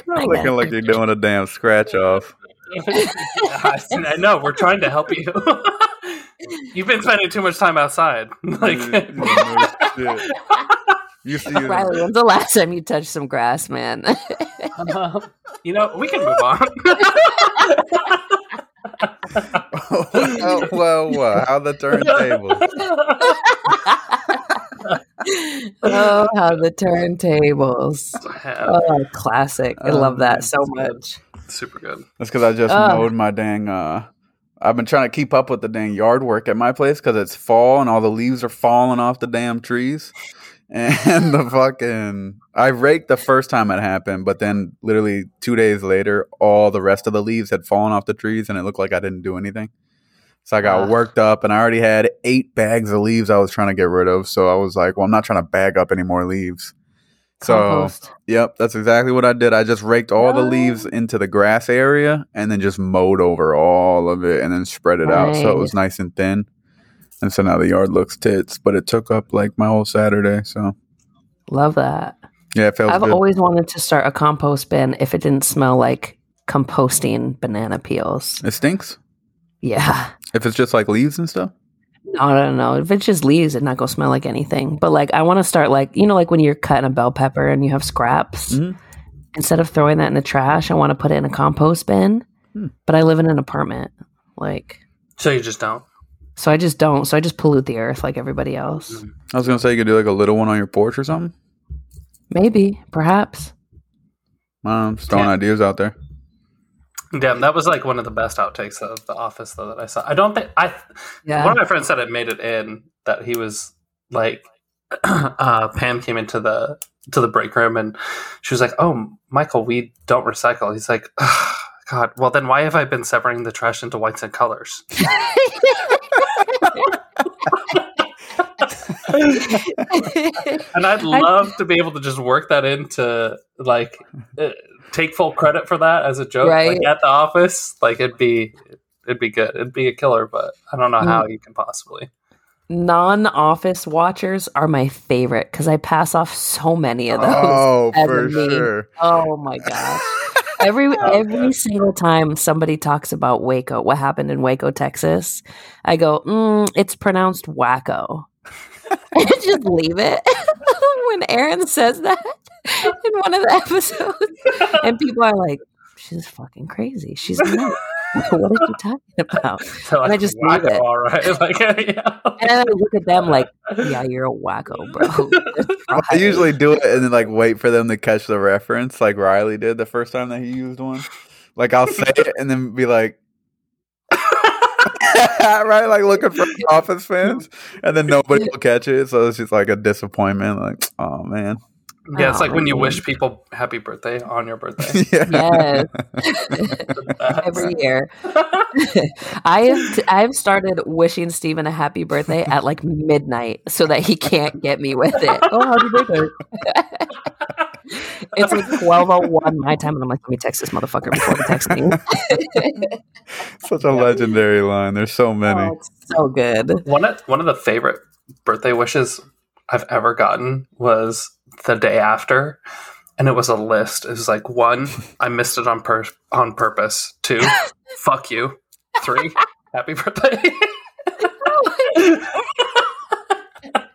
Not looking like you're doing a damn scratch off. I [laughs] I know. We're trying to help you. [laughs] You've been spending too much time outside. [laughs] [laughs] [laughs] Like, Mm, No shit. you see [laughs] Riley, when's the last time you touched some grass, man? [laughs] Um, you know, we can move on. [laughs] [laughs] well, Oh, well, well, how the turntable. oh, how the turntables. Oh, classic. I love Um, that so much. Super good. That's because I just Ugh. mowed my dang. Uh, I've been trying to keep up with the dang yard work at my place because it's fall and all the leaves are falling off the damn trees. [laughs] And the fucking, I raked the first time it happened, but then literally two days later, all the rest of the leaves had fallen off the trees, and it looked like I didn't do anything. So I got Ugh. worked up, and I already had eight bags of leaves I was trying to get rid of. So I was like, "Well, I'm not trying to bag up any more leaves." So Compost. Yep, that's exactly what I did. I just raked all the leaves into the grass area and then just mowed over all of it and then spread it out so it was nice and thin. And so now the yard looks tits, but it took up like my whole Saturday. So Love that. yeah, it felt I've good. always wanted to start a compost bin if it didn't smell like composting banana peels. it stinks Yeah. if it's just like leaves and stuff. No, no, no. If it's just leaves, it's not going to smell like anything. But like, I want to start like, you know, like when you're cutting a bell pepper and you have scraps, Mhm. instead of throwing that in the trash, I want to put it in a compost bin. Hmm. But I live in an apartment. Like, So you just don't. So I just don't. So I just pollute the earth like everybody else. Mm. I was gonna say you could do like a little one on your porch or something. Maybe, perhaps. I don't know, Um, just throwing Yeah. ideas out there. Damn, that was like one of the best outtakes of The Office, though, that I saw. I don't think I. One of my friends said it made it in that he was like, [clears throat] uh, Pam came into the to the break room and she was like, "Oh, Michael, we don't recycle." He's like, "Ugh, "God, well then why have I been severing the trash into whites and colors?" [laughs] And I'd love to be able to just work that into like uh, take full credit for that as a joke, Right. like at the office. Like it'd be it'd be good. It'd be a killer, but I don't Mm. know how you can possibly. [laughs] Non office watchers are my [laughs] favorite because I pass off so many of those. Oh, as a for meme. sure. [laughs] Oh my gosh. every every single time somebody talks about Waco, what happened in Waco, Texas, I go, mm, it's pronounced wacko. [laughs] Just leave it. [laughs] when Aaron says that in one of the [laughs] episodes, and people are like, "She's fucking crazy. She's nuts. [laughs] what are you talking about?" So And I just wow, leave it. all right. [laughs] Like, yeah. And I look at them like, "Yeah, you're a wacko, bro." [laughs] I usually do it and then like wait for them to catch the reference, like Riley did the first time that he used one. Like I'll say it and then be like, [laughs] right, like looking [laughs] for Office fans, and then nobody will catch it. So it's just like a disappointment. Like, oh man, [laughs] yeah, it's like when you Oh. wish people happy birthday on [laughs] your birthday. Yes. every [laughs] year. I have t- I've started wishing Steven a happy birthday at like midnight so that he can't get me with it. [laughs] Oh, happy birthday. [laughs] it's like 1201 my time and I'm like, let me text this motherfucker before he texts [laughs] me. such a legendary line. There's so many. Oh, it's so good. One of one of the favorite birthday wishes I've ever gotten was the day after, and it was a list. It was like one, I missed it on pur- on purpose. Two, fuck you. Three, [laughs] happy birthday. That's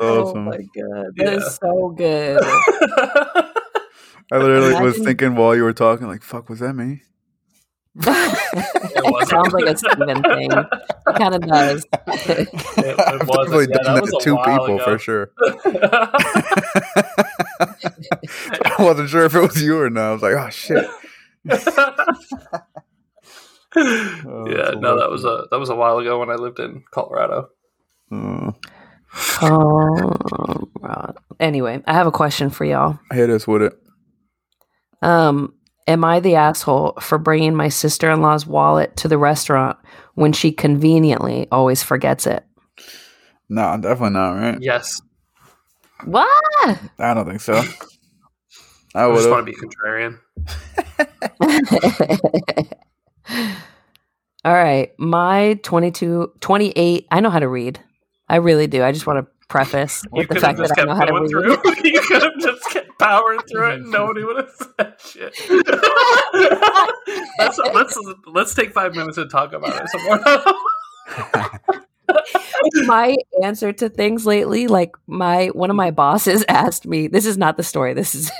Oh awesome. my god. That is Yeah. so good. [laughs] I literally was Imagine- thinking while you were talking, like, fuck, was that me? [laughs] it sounds like a Steven thing. It kind of [laughs] does. It, it I've wasn't. definitely Yeah, done that, was to a two while people ago. for [laughs] sure. [laughs] I wasn't sure if it was you or not. I was like, oh [laughs] shit. Oh, yeah, no, that was a that was a while ago when I lived in Colorado. Mm. Oh, God. anyway, I have a question for y'all. hit us with it. Um, am I the asshole for bringing my sister in law's wallet to the restaurant when she conveniently always forgets it? No, definitely not, right? Yes, What? I don't think so. I I would just want have. to be contrarian. [laughs] All right. My 22, 28, I know how to read. I really do. I just want to preface with the could've fact that I know how to read. through. [laughs] you could have just kept powering through it. [laughs] and Nobody would have said shit. [laughs] let's, let's let's take five minutes and talk about it some more. my answer to things lately like my one of my bosses [laughs] asked me this is not the story this is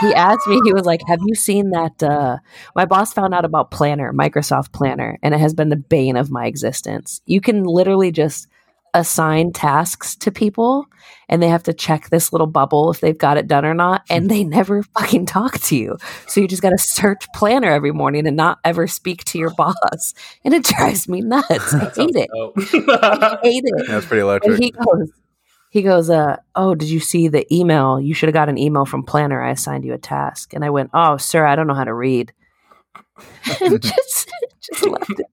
he asked me he was like have you seen that uh my boss found out about planner microsoft planner and it has been the bane of my existence you can literally just assign tasks to people and they have to check this little bubble if they've got it done or not and they never fucking talk to you so you just got to search planner every morning and not ever speak to your [laughs] boss and it drives me nuts i hate it [laughs] I it. hate it That's pretty and electric. he goes, he goes, uh, oh, did you see the email? You should have got an email from Planner. I assigned you a task. And I went, oh, sir, I don't know how to read. [laughs] and just, just left it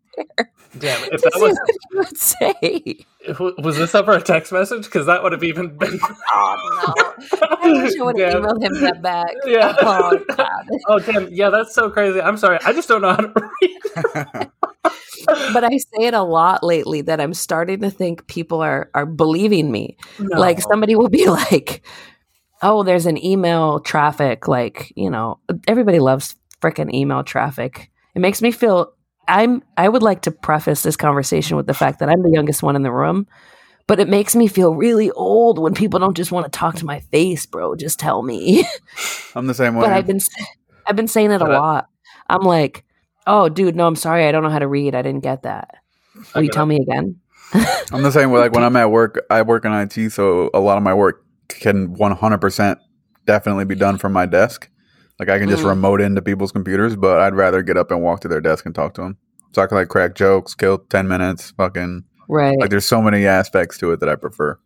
Damn, if to that see was what [laughs] he would say. if- was this ever a text message? Because that would have even been. Oh, no. [laughs] I wish I would [laughs] have Damn. emailed him that back. Yeah. Oh, God. [laughs] Oh damn! Yeah, that's so crazy. I'm sorry. I just don't know how to [laughs] read. But I say it a lot lately that I'm starting to think people are, are believing me. Like somebody will be [laughs] like, "Oh, there's an email traffic." Like you know, everybody loves frickin' email traffic. It makes me feel I'm. I would like to preface this conversation with the fact that I'm the youngest one in the room, but it makes me feel really old when people don't just want to talk to my face, bro. Just tell me. [laughs] I'm the same way. but I've been, s- I've been saying it a But I- lot. I'm like, "Oh, dude, no, I'm sorry, I don't know how to read. I didn't get that. Will you get tell me again?" I'm the same way. Like when I'm at work, I work in IT, so a lot of my work can 100% definitely be done from my desk. Like I can just Mm. remote into people's computers, but I'd rather get up and walk to their desk and talk to them. So I can like crack jokes, kill 10 minutes, fucking. Right. Like there's so many aspects to it that I prefer.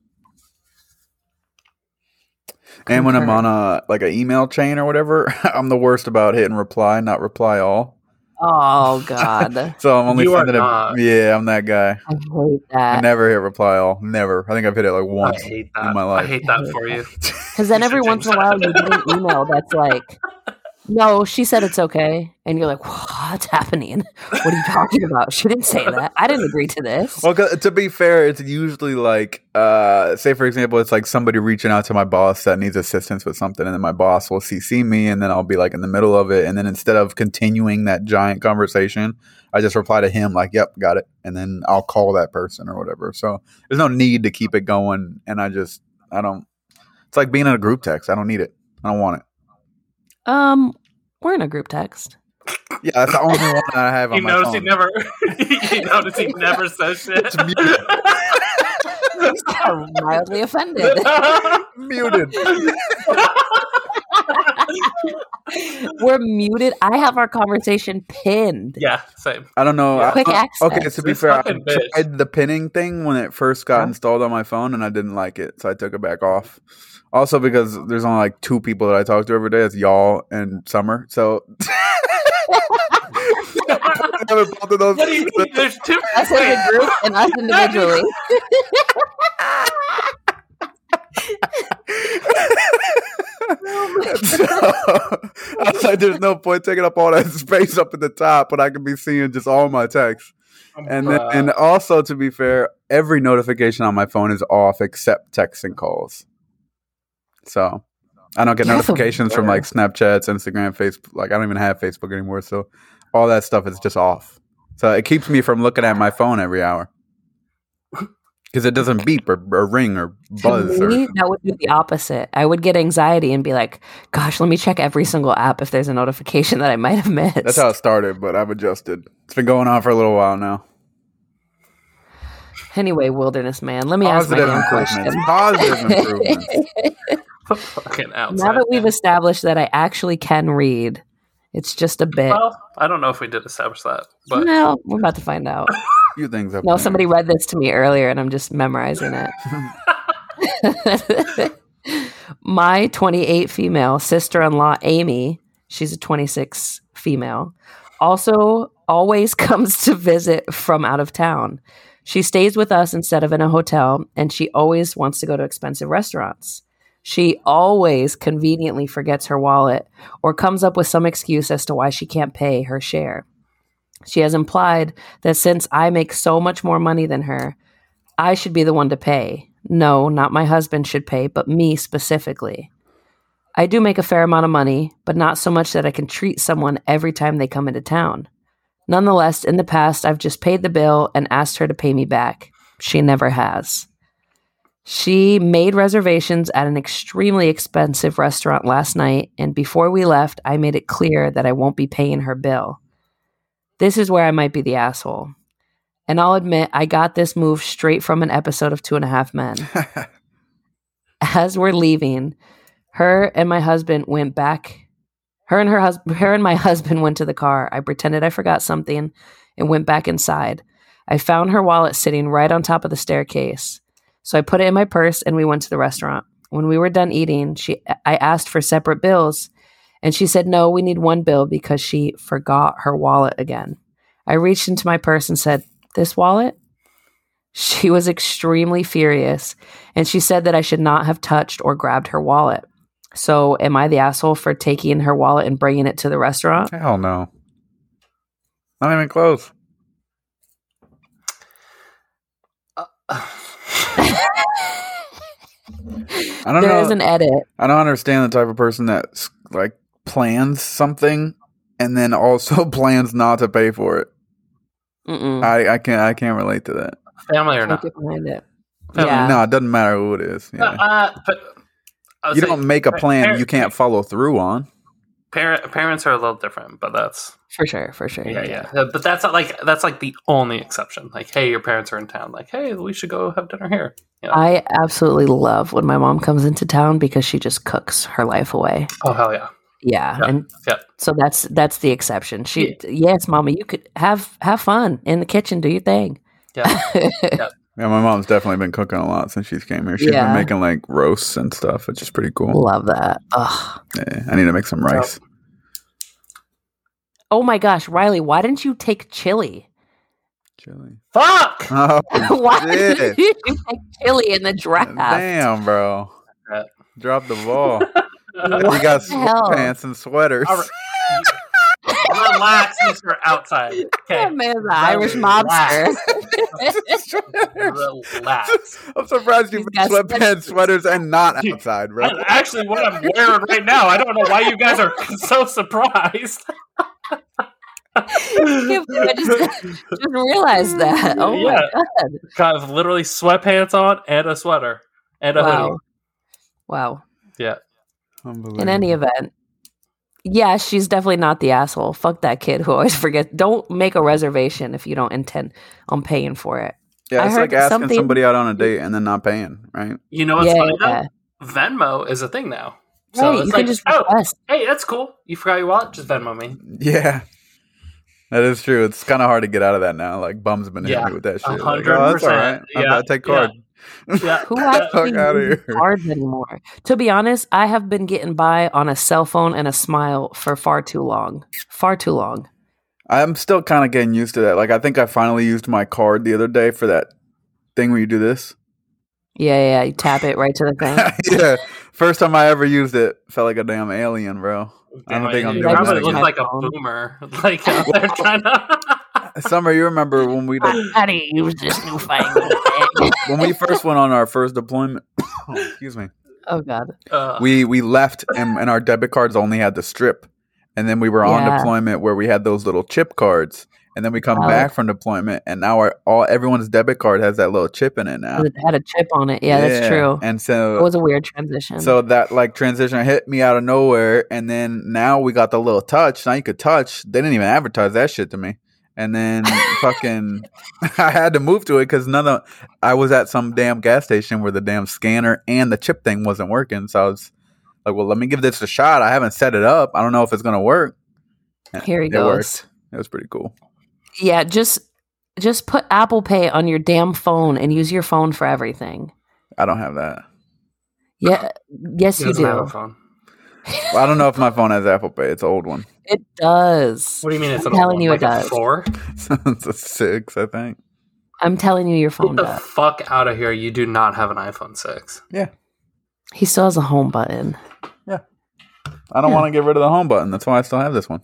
And when I'm on Concur. a like an email chain or whatever, [laughs] I'm the worst about hitting reply, not reply all. Oh [laughs] God, So I'm only You are sending a not. yeah, I'm that guy. I hate I that. never hit reply all. Never. I think I've hit it like I once. hate that. my life. [laughs] I hate that for you. Because then You should every once change in a while you get an email that's like, No, she said it's okay. And you're like, what's happening? What are you talking about? She didn't say that. I didn't agree to [laughs] this. Well, 'cause to be fair, it's usually like, uh, say for example, it's like somebody reaching out to my boss that needs assistance with something, and then my boss will CC me, and then I'll be like in the middle of it, and then instead of continuing that giant conversation, I just reply to him like, "Yep, got it," and then I'll call that person or whatever. So there's no need to keep it going, and I just, I don't. It's like being in a group text. I don't need it. I don't want it. Um, we're in a group [laughs] [laughs] text. Yeah, that's the only one I have on You my notice phone. he never. [laughs] you notice he never says shit. [laughs] [laughs] It's muted. I'm mildly offended. [laughs] muted. we're muted. I have our conversation pinned. yeah, same. I don't know. I- Quick I- access. Okay, to be This fair, I fucking bitch. tried the pinning thing when it first got Huh? installed on my phone, and I didn't like it, so I took it back off. Also, because there's only like two people that I talk to every day, it's y'all and Summer. So [laughs] I haven't both of those. What do you mean? There's [laughs] two. Us as a group and [laughs] us individually. [laughs] so, I was like, there's no point taking up all that space up at the top when I could be seeing just all my texts. [laughs] And then, Uh, and also to be fair, every notification on my phone is off except texts and calls. So I don't get That's a notifications from like Snapchats, Instagram, Facebook. Like I don't even have Facebook anymore, so all that stuff is just off. So it keeps me from looking at my phone every hour because it doesn't beep or, or ring or buzz. to me, Or, that would be the opposite. I would get anxiety and be like, gosh, let me check every single app if there's a notification that I might have missed. that's how it started, but I've adjusted. It's been going on for a little while now. anyway, wilderness man, let me Positive ask my damn improvements. question. Positive [laughs] improvements. fucking Now outside. that we've established that I actually can read, it's just a bit. well, I don't know if we did establish that, but no, we're about to find out. Few things. up No, there. somebody read this to me earlier and I'm just memorizing [laughs] it. My 28 female sister in law, Amy, she's a 26 female, also always [laughs] comes to visit from out of town. She stays with us instead of in a hotel, and she always wants to go to expensive restaurants. She always conveniently forgets her wallet or comes up with some excuse as to why she can't pay her share. She has implied that since I make so much more money than her, I should be the one to pay. No, not my husband should pay, but me specifically. I do make a fair amount of money, but not so much that I can treat someone every time they come into town. Nonetheless, in the past, I've just paid the bill and asked her to pay me back. She never has. She made reservations at an extremely expensive restaurant last night, and before we left, I made it clear that I won't be paying her bill. This is where I might be the asshole. And I'll admit, I got this move straight from an episode of Two and a Half Men as we're leaving, her and my husband went back. Her and her husband, her and my [laughs] husband went to the car. I pretended I forgot something and went back inside. I found her wallet sitting right on top of the staircase. So I put it in my purse and we went to the restaurant. When we were done eating, she I asked for separate bills and she said no, we need one bill because she forgot her wallet again. I reached into my purse and said, "This wallet?" She was extremely furious and she said that I should not have touched or grabbed her wallet. So, am I the asshole for taking her wallet and bringing it to the restaurant? Hell no. Not even close. I don't There know. is an edit. I don't understand the type of person that s- like plans something and then also [laughs] plans not to pay for it. Mm-mm. I, I can't I can't relate to that. family or Can't not. get behind it. Yeah. Yeah. No, it doesn't matter who it is. Uh, Yeah. uh, but I would You say don't make a plan you can't follow through on. parent, parents are a little different, but that's for sure, for sure. yeah, yeah. Uh, But that's not like that's like the only exception. Like, hey, your parents are in town. Like, hey, we should go have dinner here. You know? I absolutely love when my mom comes into town because she just cooks her life away. oh hell yeah. Yeah, Yeah, and yeah. so that's that's the exception. She, yes, mama, you could have have fun in the kitchen, do your thing. Yeah. Yeah, my mom's definitely been cooking a lot since she's came here. She's Yeah. been making like roasts and stuff, which is pretty Mm. cool. Love that. Ugh. Yeah, I need to make some rice. Oh my gosh, Riley, why didn't you take chili? [laughs] Chili. Fuck. [laughs] Oh, Why shit. did you take chili in the draft? Damn, bro. Yeah. [laughs] Drop the ball. we got the hell? sweatpants and sweaters. Uh, All right. Relax, Mr. Outside. Okay. That man's an Irish mobster. [laughs] Relax. [laughs] Relax. [laughs] I'm surprised you He's have got sweatpants, sweaters, and not outside, [laughs] right? That's actually what I'm wearing right now. I don't know why you guys are [laughs] so surprised. Yeah, but [laughs] I just, [laughs] just realized [laughs] that. Oh Yeah. my god! [laughs] Got literally sweatpants on and a sweater and a Wow, hoodie. wow. Unbelievable. In any event, yeah, she's definitely not the asshole. Fuck that kid who [laughs] always forgets. Don't make a reservation if you don't intend on paying for it. yeah, I it's heard like asking something- somebody out on a date and then not paying, right? [laughs] You know what's yeah, funny yeah. though? Venmo is a thing now. So right. it's You like, can just oh, request. hey, that's cool. You forgot your wallet? Just Venmo me. Yeah. That is true. It's kind of hard to get out of that now. Like bums been hitting Yeah, me with that shit. a Like, hundred oh, that's all right. percent. I'm Yeah, about to take card. Yeah. Who Get the actually fuck outta uses here. cards anymore? To be honest, I have been getting by on a cell phone and a smile for far too long. Far too long. I'm still kind of getting used to that. Like I think I finally used my card the other day for that thing where you do this. Yeah, yeah. You tap it right to the [laughs] thing. yeah. First time I ever used it, felt like a damn alien, bro. I don't think [laughs] I'm you doing probably that look again. like a boomer. [laughs] Like uh, they're trying to. Summer, you remember when we like, How do you use this newfangled thing? when we first went on our first deployment? [coughs] excuse me. Oh God. [laughs] Uh, We we left and, and our debit cards only had the strip, and then we were on Yeah. Oh. deployment where we had those little chip cards, and then we come Wow. back from deployment, and now our all everyone's debit card has that little chip in it now. It had a chip on it. Yeah, that's true. And It so was a weird transition. So that like transition hit me out of nowhere, and then now we got the little touch. Now you could touch. They didn't even advertise that shit to me. And then fucking, [laughs] I had to move to it because none of I was at some damn gas station where the damn scanner and the chip thing wasn't working. So I was like, well, let me give this a shot. I haven't set it up. I don't know if it's gonna work. Here he it goes. worked. It was pretty cool. yeah, just just put Apple Pay on your damn phone and use your phone for everything. I don't have that. Yeah, yes, he you doesn't have a do. phone. I don't know if my phone has Apple Pay. It's an old one. [laughs] [laughs] It does. What do you mean? It's I'm an old telling one? you like it a does. four. it's a six, I think. I'm telling you, your phone Get the does. fuck out of here! You do not have an iPhone six. He still has a home button. [laughs] I don't Yeah. want to get rid of the home button. That's why I still have this one.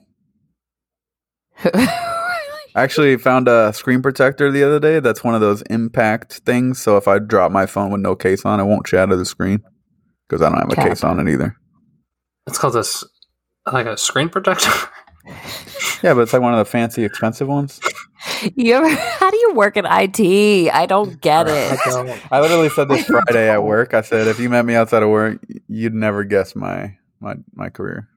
I actually found a screen protector the other day. That's one of those impact things. So if I drop my phone with no case on, it won't shatter the screen because I don't have a Cap. case on it either. It's called a s- like a screen protector. [laughs] Yeah, but it's like one of the fancy, expensive ones. you ever? [laughs] How do you work in IT? I don't get it. I literally said this Friday at work. I said, if you met me outside of work, you'd never guess my my my career.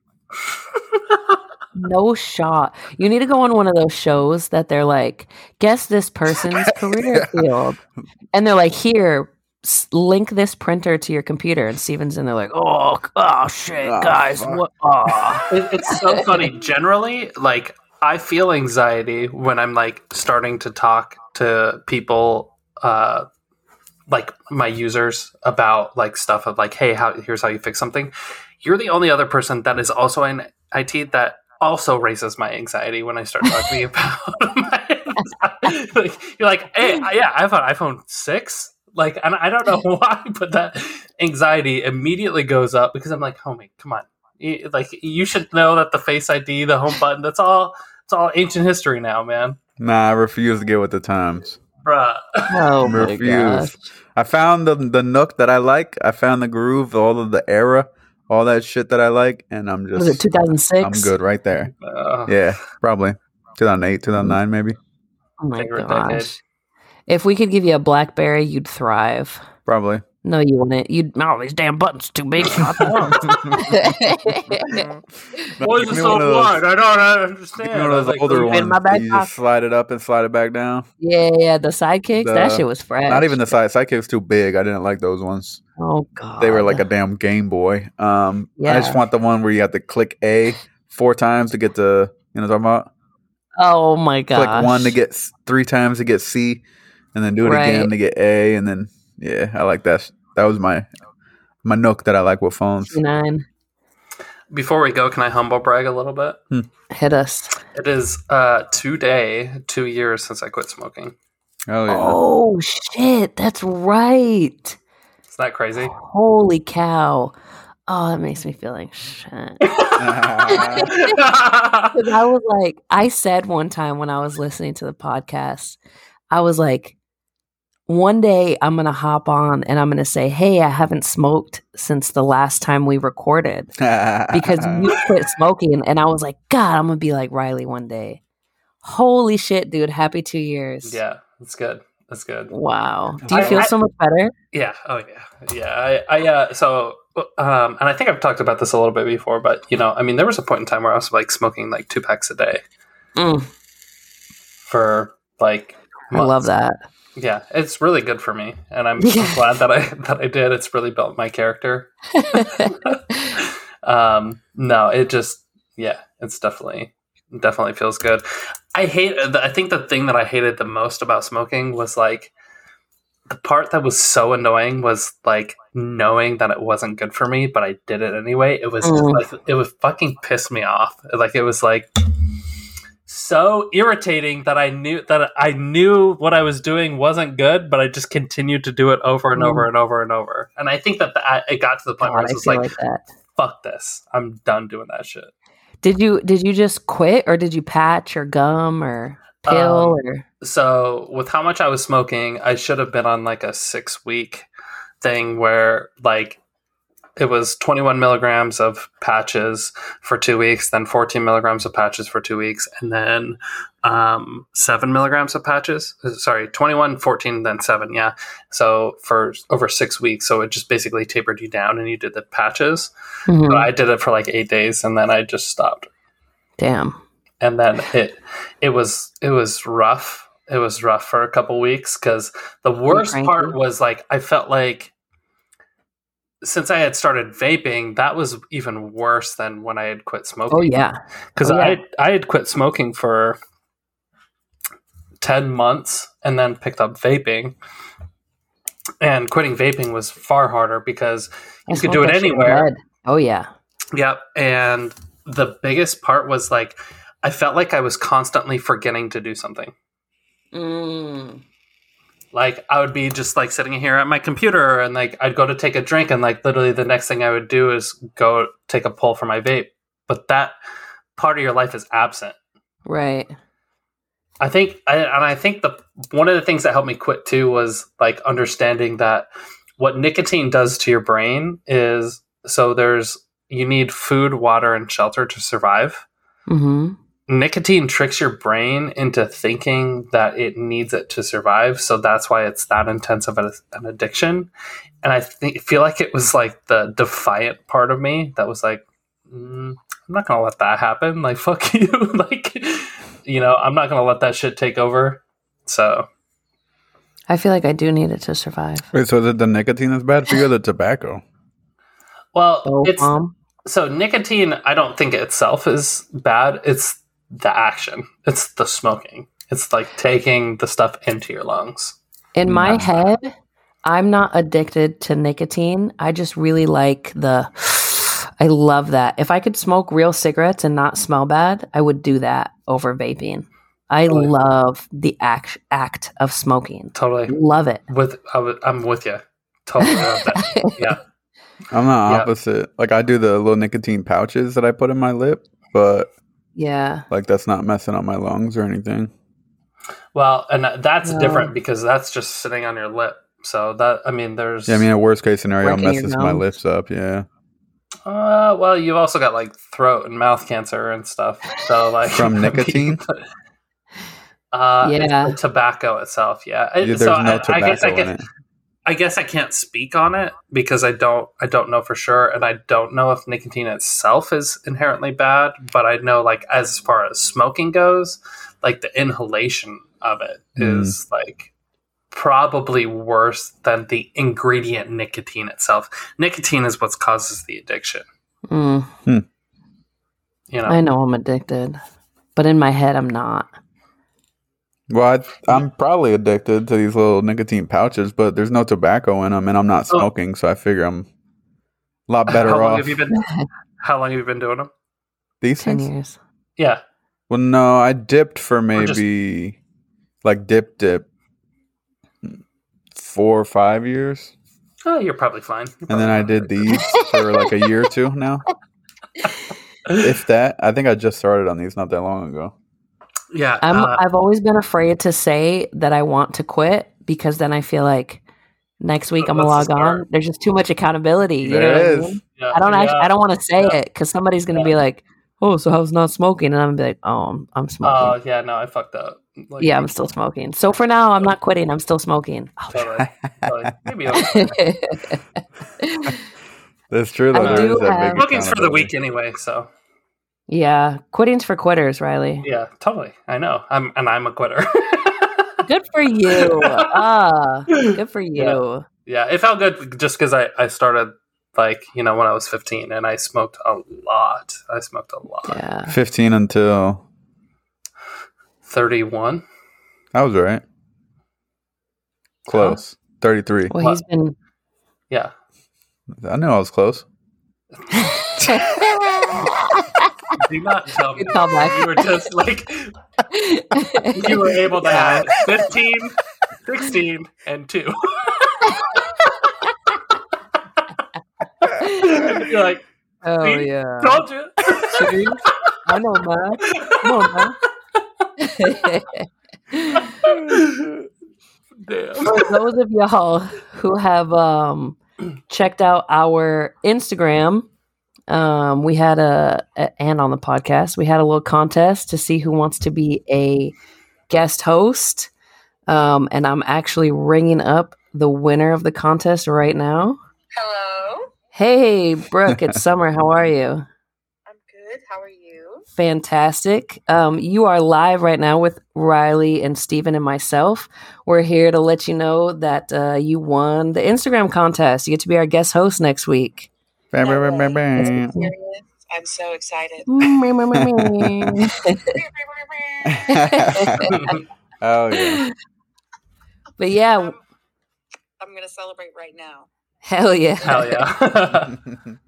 No shot. You need to go on one of those shows that they're like, guess [laughs] this person's career field. And they're like, here, s- link this printer to your computer. And Steven's in there like, oh, c- oh shit, Oh, guys. fuck. What? [laughs] Oh. It- it's so funny. Generally, like I feel anxiety when I'm like starting to talk to people, uh, like my users about like stuff of like, hey, how here's how you fix something. You're the only other person that is also in IT that also raises my anxiety when I start talking about. [laughs] my, like, you're like, hey, yeah, I have an iPhone six. Like, and I don't know [laughs] why, but that anxiety immediately goes up because I'm like, homie, come on. You- like you should know that the face ID, the home button, that's all it's all ancient history now, man. Nah, I refuse to get with the times. Bruh. Oh my Refuse. gosh. I found the the nook that I like. I found the groove, all of the era, all that shit that I like, and I'm What was it, just I'm 2006? good right there. Uh, Yeah, probably 2008, 2009, maybe. Oh my Favorite decade. gosh. If we could give you a Blackberry, you'd thrive. [laughs] Probably. [laughs] No, you wouldn't. You'd, no, these damn buttons too [laughs] big. [laughs] No, Why is give it me so one of those- wide? I don't give understand. me one of those Like, older leave it ones in my that back you pocket. just slide it up and slide it back down. yeah, yeah, the sidekicks. that The- shit was fresh. Not even the side sidekick's too big. I didn't like those ones. Oh god. They were like a damn Game Boy. Um, I just Yeah. want the one where you have to click A four times to get to you know what I'm talking about. Oh my god. Click one to get s- three times to get C, and then do it again Right. to get A, and then yeah, I like that. s- That was my my nook that I like with phones. nine. Before we go, can I humble brag a little bit? Hit us. It is uh today, two years since I quit smoking. Oh yeah. Oh shit, that's [laughs] right. Isn't that crazy? [laughs] Holy cow. Oh, that makes me feel like shit. But I was like, I said one time when I was listening to the podcast, I was like, one day I'm going to hop on and I'm going to say, hey, I haven't smoked since the last time we recorded Oh. [laughs] [laughs] because you quit smoking. And I was like, God, I'm going to be like Riley one day. Holy shit, dude. Happy two years. yeah, that's good. That's good. Wow. Do you I- feel I- so much better? Yeah. Oh yeah. Yeah. I, I uh, so, um, and I think I've talked about this a little bit before, but you know, I mean, there was a point in time where I was like smoking like two packs a day Mm, for like. I love [laughs] that. Yeah, it's really good for me, and I'm glad that I that I did. It's really built my character. um, no, it just yeah, it's definitely definitely feels good. I hate. I think the thing that I hated the most about smoking was like the part that was so annoying was like knowing that it wasn't good for me, but I did it anyway. It was Mm. like it was fucking pissed me off. Like it was like so irritating that I knew that I knew what I was doing wasn't good, but I just continued to do it over and Mm. over and over and over. And I think that the, I, it got to the point where I God, [laughs] I was feel just like, like that. "Fuck this! I'm done doing that shit." Did you did you just quit or did you patch or gum or pill or Um, so with how much I was smoking, I should have been on like a six week thing where like it was 21 milligrams of patches for two weeks, then 14 milligrams of patches for two weeks, and then um, seven milligrams of patches. Uh, Sorry, 21, 14, then seven. Yeah. So for over six weeks. So it just basically tapered you down and you did the patches. Mm-hmm. But I did it for like eight days and then I just stopped damn. and then it it was it was rough it was rough for a couple weeks because the worst cranky? part was like i felt like since i had started vaping that was even worse than when i had quit smoking Oh yeah. because Oh, yeah. I I had quit smoking for ten months and then picked up vaping. And quitting vaping was far harder because I you smoked could do it that shit in anywhere. bed. Oh yeah. Yep. And the biggest part was like I felt like I was constantly forgetting to do something. Mm. Like I would be just like sitting here at my computer and like I'd go to take a drink and like literally the next thing I would do is go take a pull for my vape. But that part of your life is absent. Right. I think, I, and I think the one of the things that helped me quit too was like understanding that what nicotine does to your brain is so there's you need food, water, and shelter to survive. Mm-hmm. Nicotine tricks your brain into thinking that it needs it to survive, so that's why it's that intense of a- an addiction. And I think feel like it was like the defiant part of me that was like, mm, I'm not gonna let that happen. Like [laughs] fuck you. like you know, I'm not gonna let that shit take over. So I feel like I do need it to survive. Wait, so is it the nicotine that's bad for you or the tobacco? well, Oh, it's mom. so nicotine. I don't think itself is bad. It's the action. It's the smoking. It's like taking the stuff into your lungs. In my Nah. head, I'm not addicted to nicotine. I just really like the. I love that. If I could smoke real cigarettes and not smell bad, I would do that over vaping. I Totally. love the act act of smoking. Totally. Love it. With I w- I'm with you. Totally. about that. yeah. I'm the Yeah. opposite. Like I do the little nicotine pouches that I put in my lip, but Yeah. like that's not messing up my lungs or anything. Well, and that's No. different because that's just sitting on your lip. So that I mean, there's Yeah, I mean, a worst case scenario Working your messes my gums. lips up. Yeah, Uh, well, you've also got like throat and mouth cancer and stuff. So like [laughs] From nicotine? Uh, Yeah. yeah, tobacco itself. Yeah, I- Yeah, there's so no I, I tobacco guess I in can. it. I guess I can't speak on it because I don't. I don't know for sure, and I don't know if nicotine itself is inherently bad. But I know, like as far as smoking goes, like the inhalation of it is Mm. like probably worse than the ingredient nicotine itself. Nicotine is what causes the addiction. Mm, You know. I know I'm addicted, but in my head, I'm not. Well, I, I'm probably addicted to these little nicotine pouches, but there's no tobacco in them, and I'm not Oh. smoking, so I figure I'm a [laughs] lot better how long off. have you been? How long have you been doing them? these Ten things? years. Yeah. Well, no, I dipped for just- maybe like dip dip four or five years. Oh, you're probably fine. You're and then probably I did fine. these for like a year or two [laughs] now. If that, I think I just started on these not that long ago. Yeah. I'm, uh, I've always been afraid to say that I want to quit because then I feel like next week Oh, I'm gonna that's log a on. There's just too much accountability. You know There what it I, is. mean? yeah, I don't yeah. actually. I don't want to say Yeah. it because somebody's gonna be like, "Oh, so how's not smoking?" And I'm gonna be like, "Oh, I'm, I'm smoking." Oh, yeah. No, I fucked up. Like, yeah, I'm still smoking. So for now, I'm not quitting. I'm still [laughs] smoking. Oh, totally, totally. [laughs] Maybe [laughs] I'll That's true I though. There do is that have- big bookings for the week accountability. anyway. So [laughs] yeah, quitting's for quitters, Riley. yeah, totally. I know. I'm and I'm a quitter. [laughs] Good for you. Ah, good for you. yeah, it felt good just because I I started like you know when I was 15 and I smoked a lot. I smoked a lot. Yeah. Fifteen until 31. I was right. Close. Thirty-three. Well, he's [laughs] been. [laughs] Yeah. I knew I was close. Do not [laughs] tell me Good callback. you were just like you were able to have 15, 16, and two. [laughs] You're like, oh See? yeah. told you. [laughs] See? I know, man. Come on, man. Damn. [laughs] For those of y'all who have um, checked out our Instagram, um, we had a, a and on the podcast, we had a little contest to see who wants to be a guest host. Um, and I'm actually ringing up the winner of the contest right now. Hello. Hey, Brooke, it's Summer. How are you? I'm good. How are you? Fantastic. Um, you are live right now with Riley and Steven and myself. We're here to let you know that uh, you won the Instagram contest. You get to be our guest host next week. Bam, bam, bam, bam, bam. Serious? I'm so [laughs] excited. [laughs] but [laughs] oh [laughs] yeah. yeah, I'm, Um, I'm gonna celebrate right now. hell yeah. Hell yeah.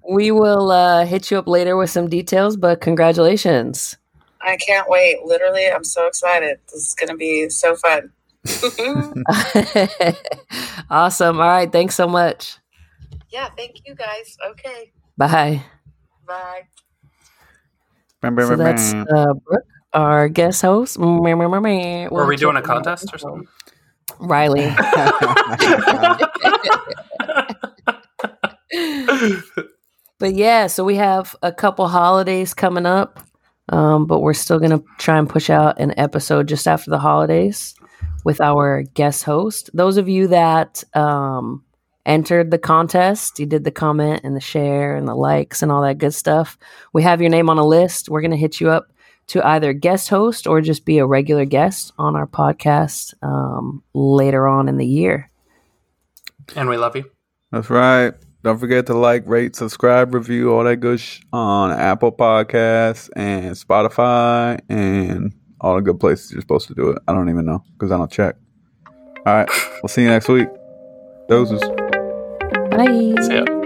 We will uh, hit you up later with some details, but congratulations. [laughs] I can't wait. Literally, I'm so excited. This is gonna be so fun. [laughs] awesome. All right. Thanks so much. yeah. Thank you guys. Okay. Bye. Bye. Bam, bam, So bam, that's bam. uh, Brooke, our guest host. Were Were we doing a contest or something? [laughs] Riley. but yeah, so we have a couple holidays coming up, um, but we're still going to try and push out an episode just after the holidays with our guest host. Those of you that um, entered the contest, you did the comment and the share and the likes and all that good stuff. We have your name on a list. We're going to hit you up to either guest host or just be a regular guest on our podcast um, later on in the year. and we love you. That's right. Don't forget to like, rate, subscribe, review, all that good sh- on Apple Podcasts and Spotify and all the good places you're supposed to do it. I don't even know because I don't check. All right. We'll see you next week. Doses. Bye. See ya.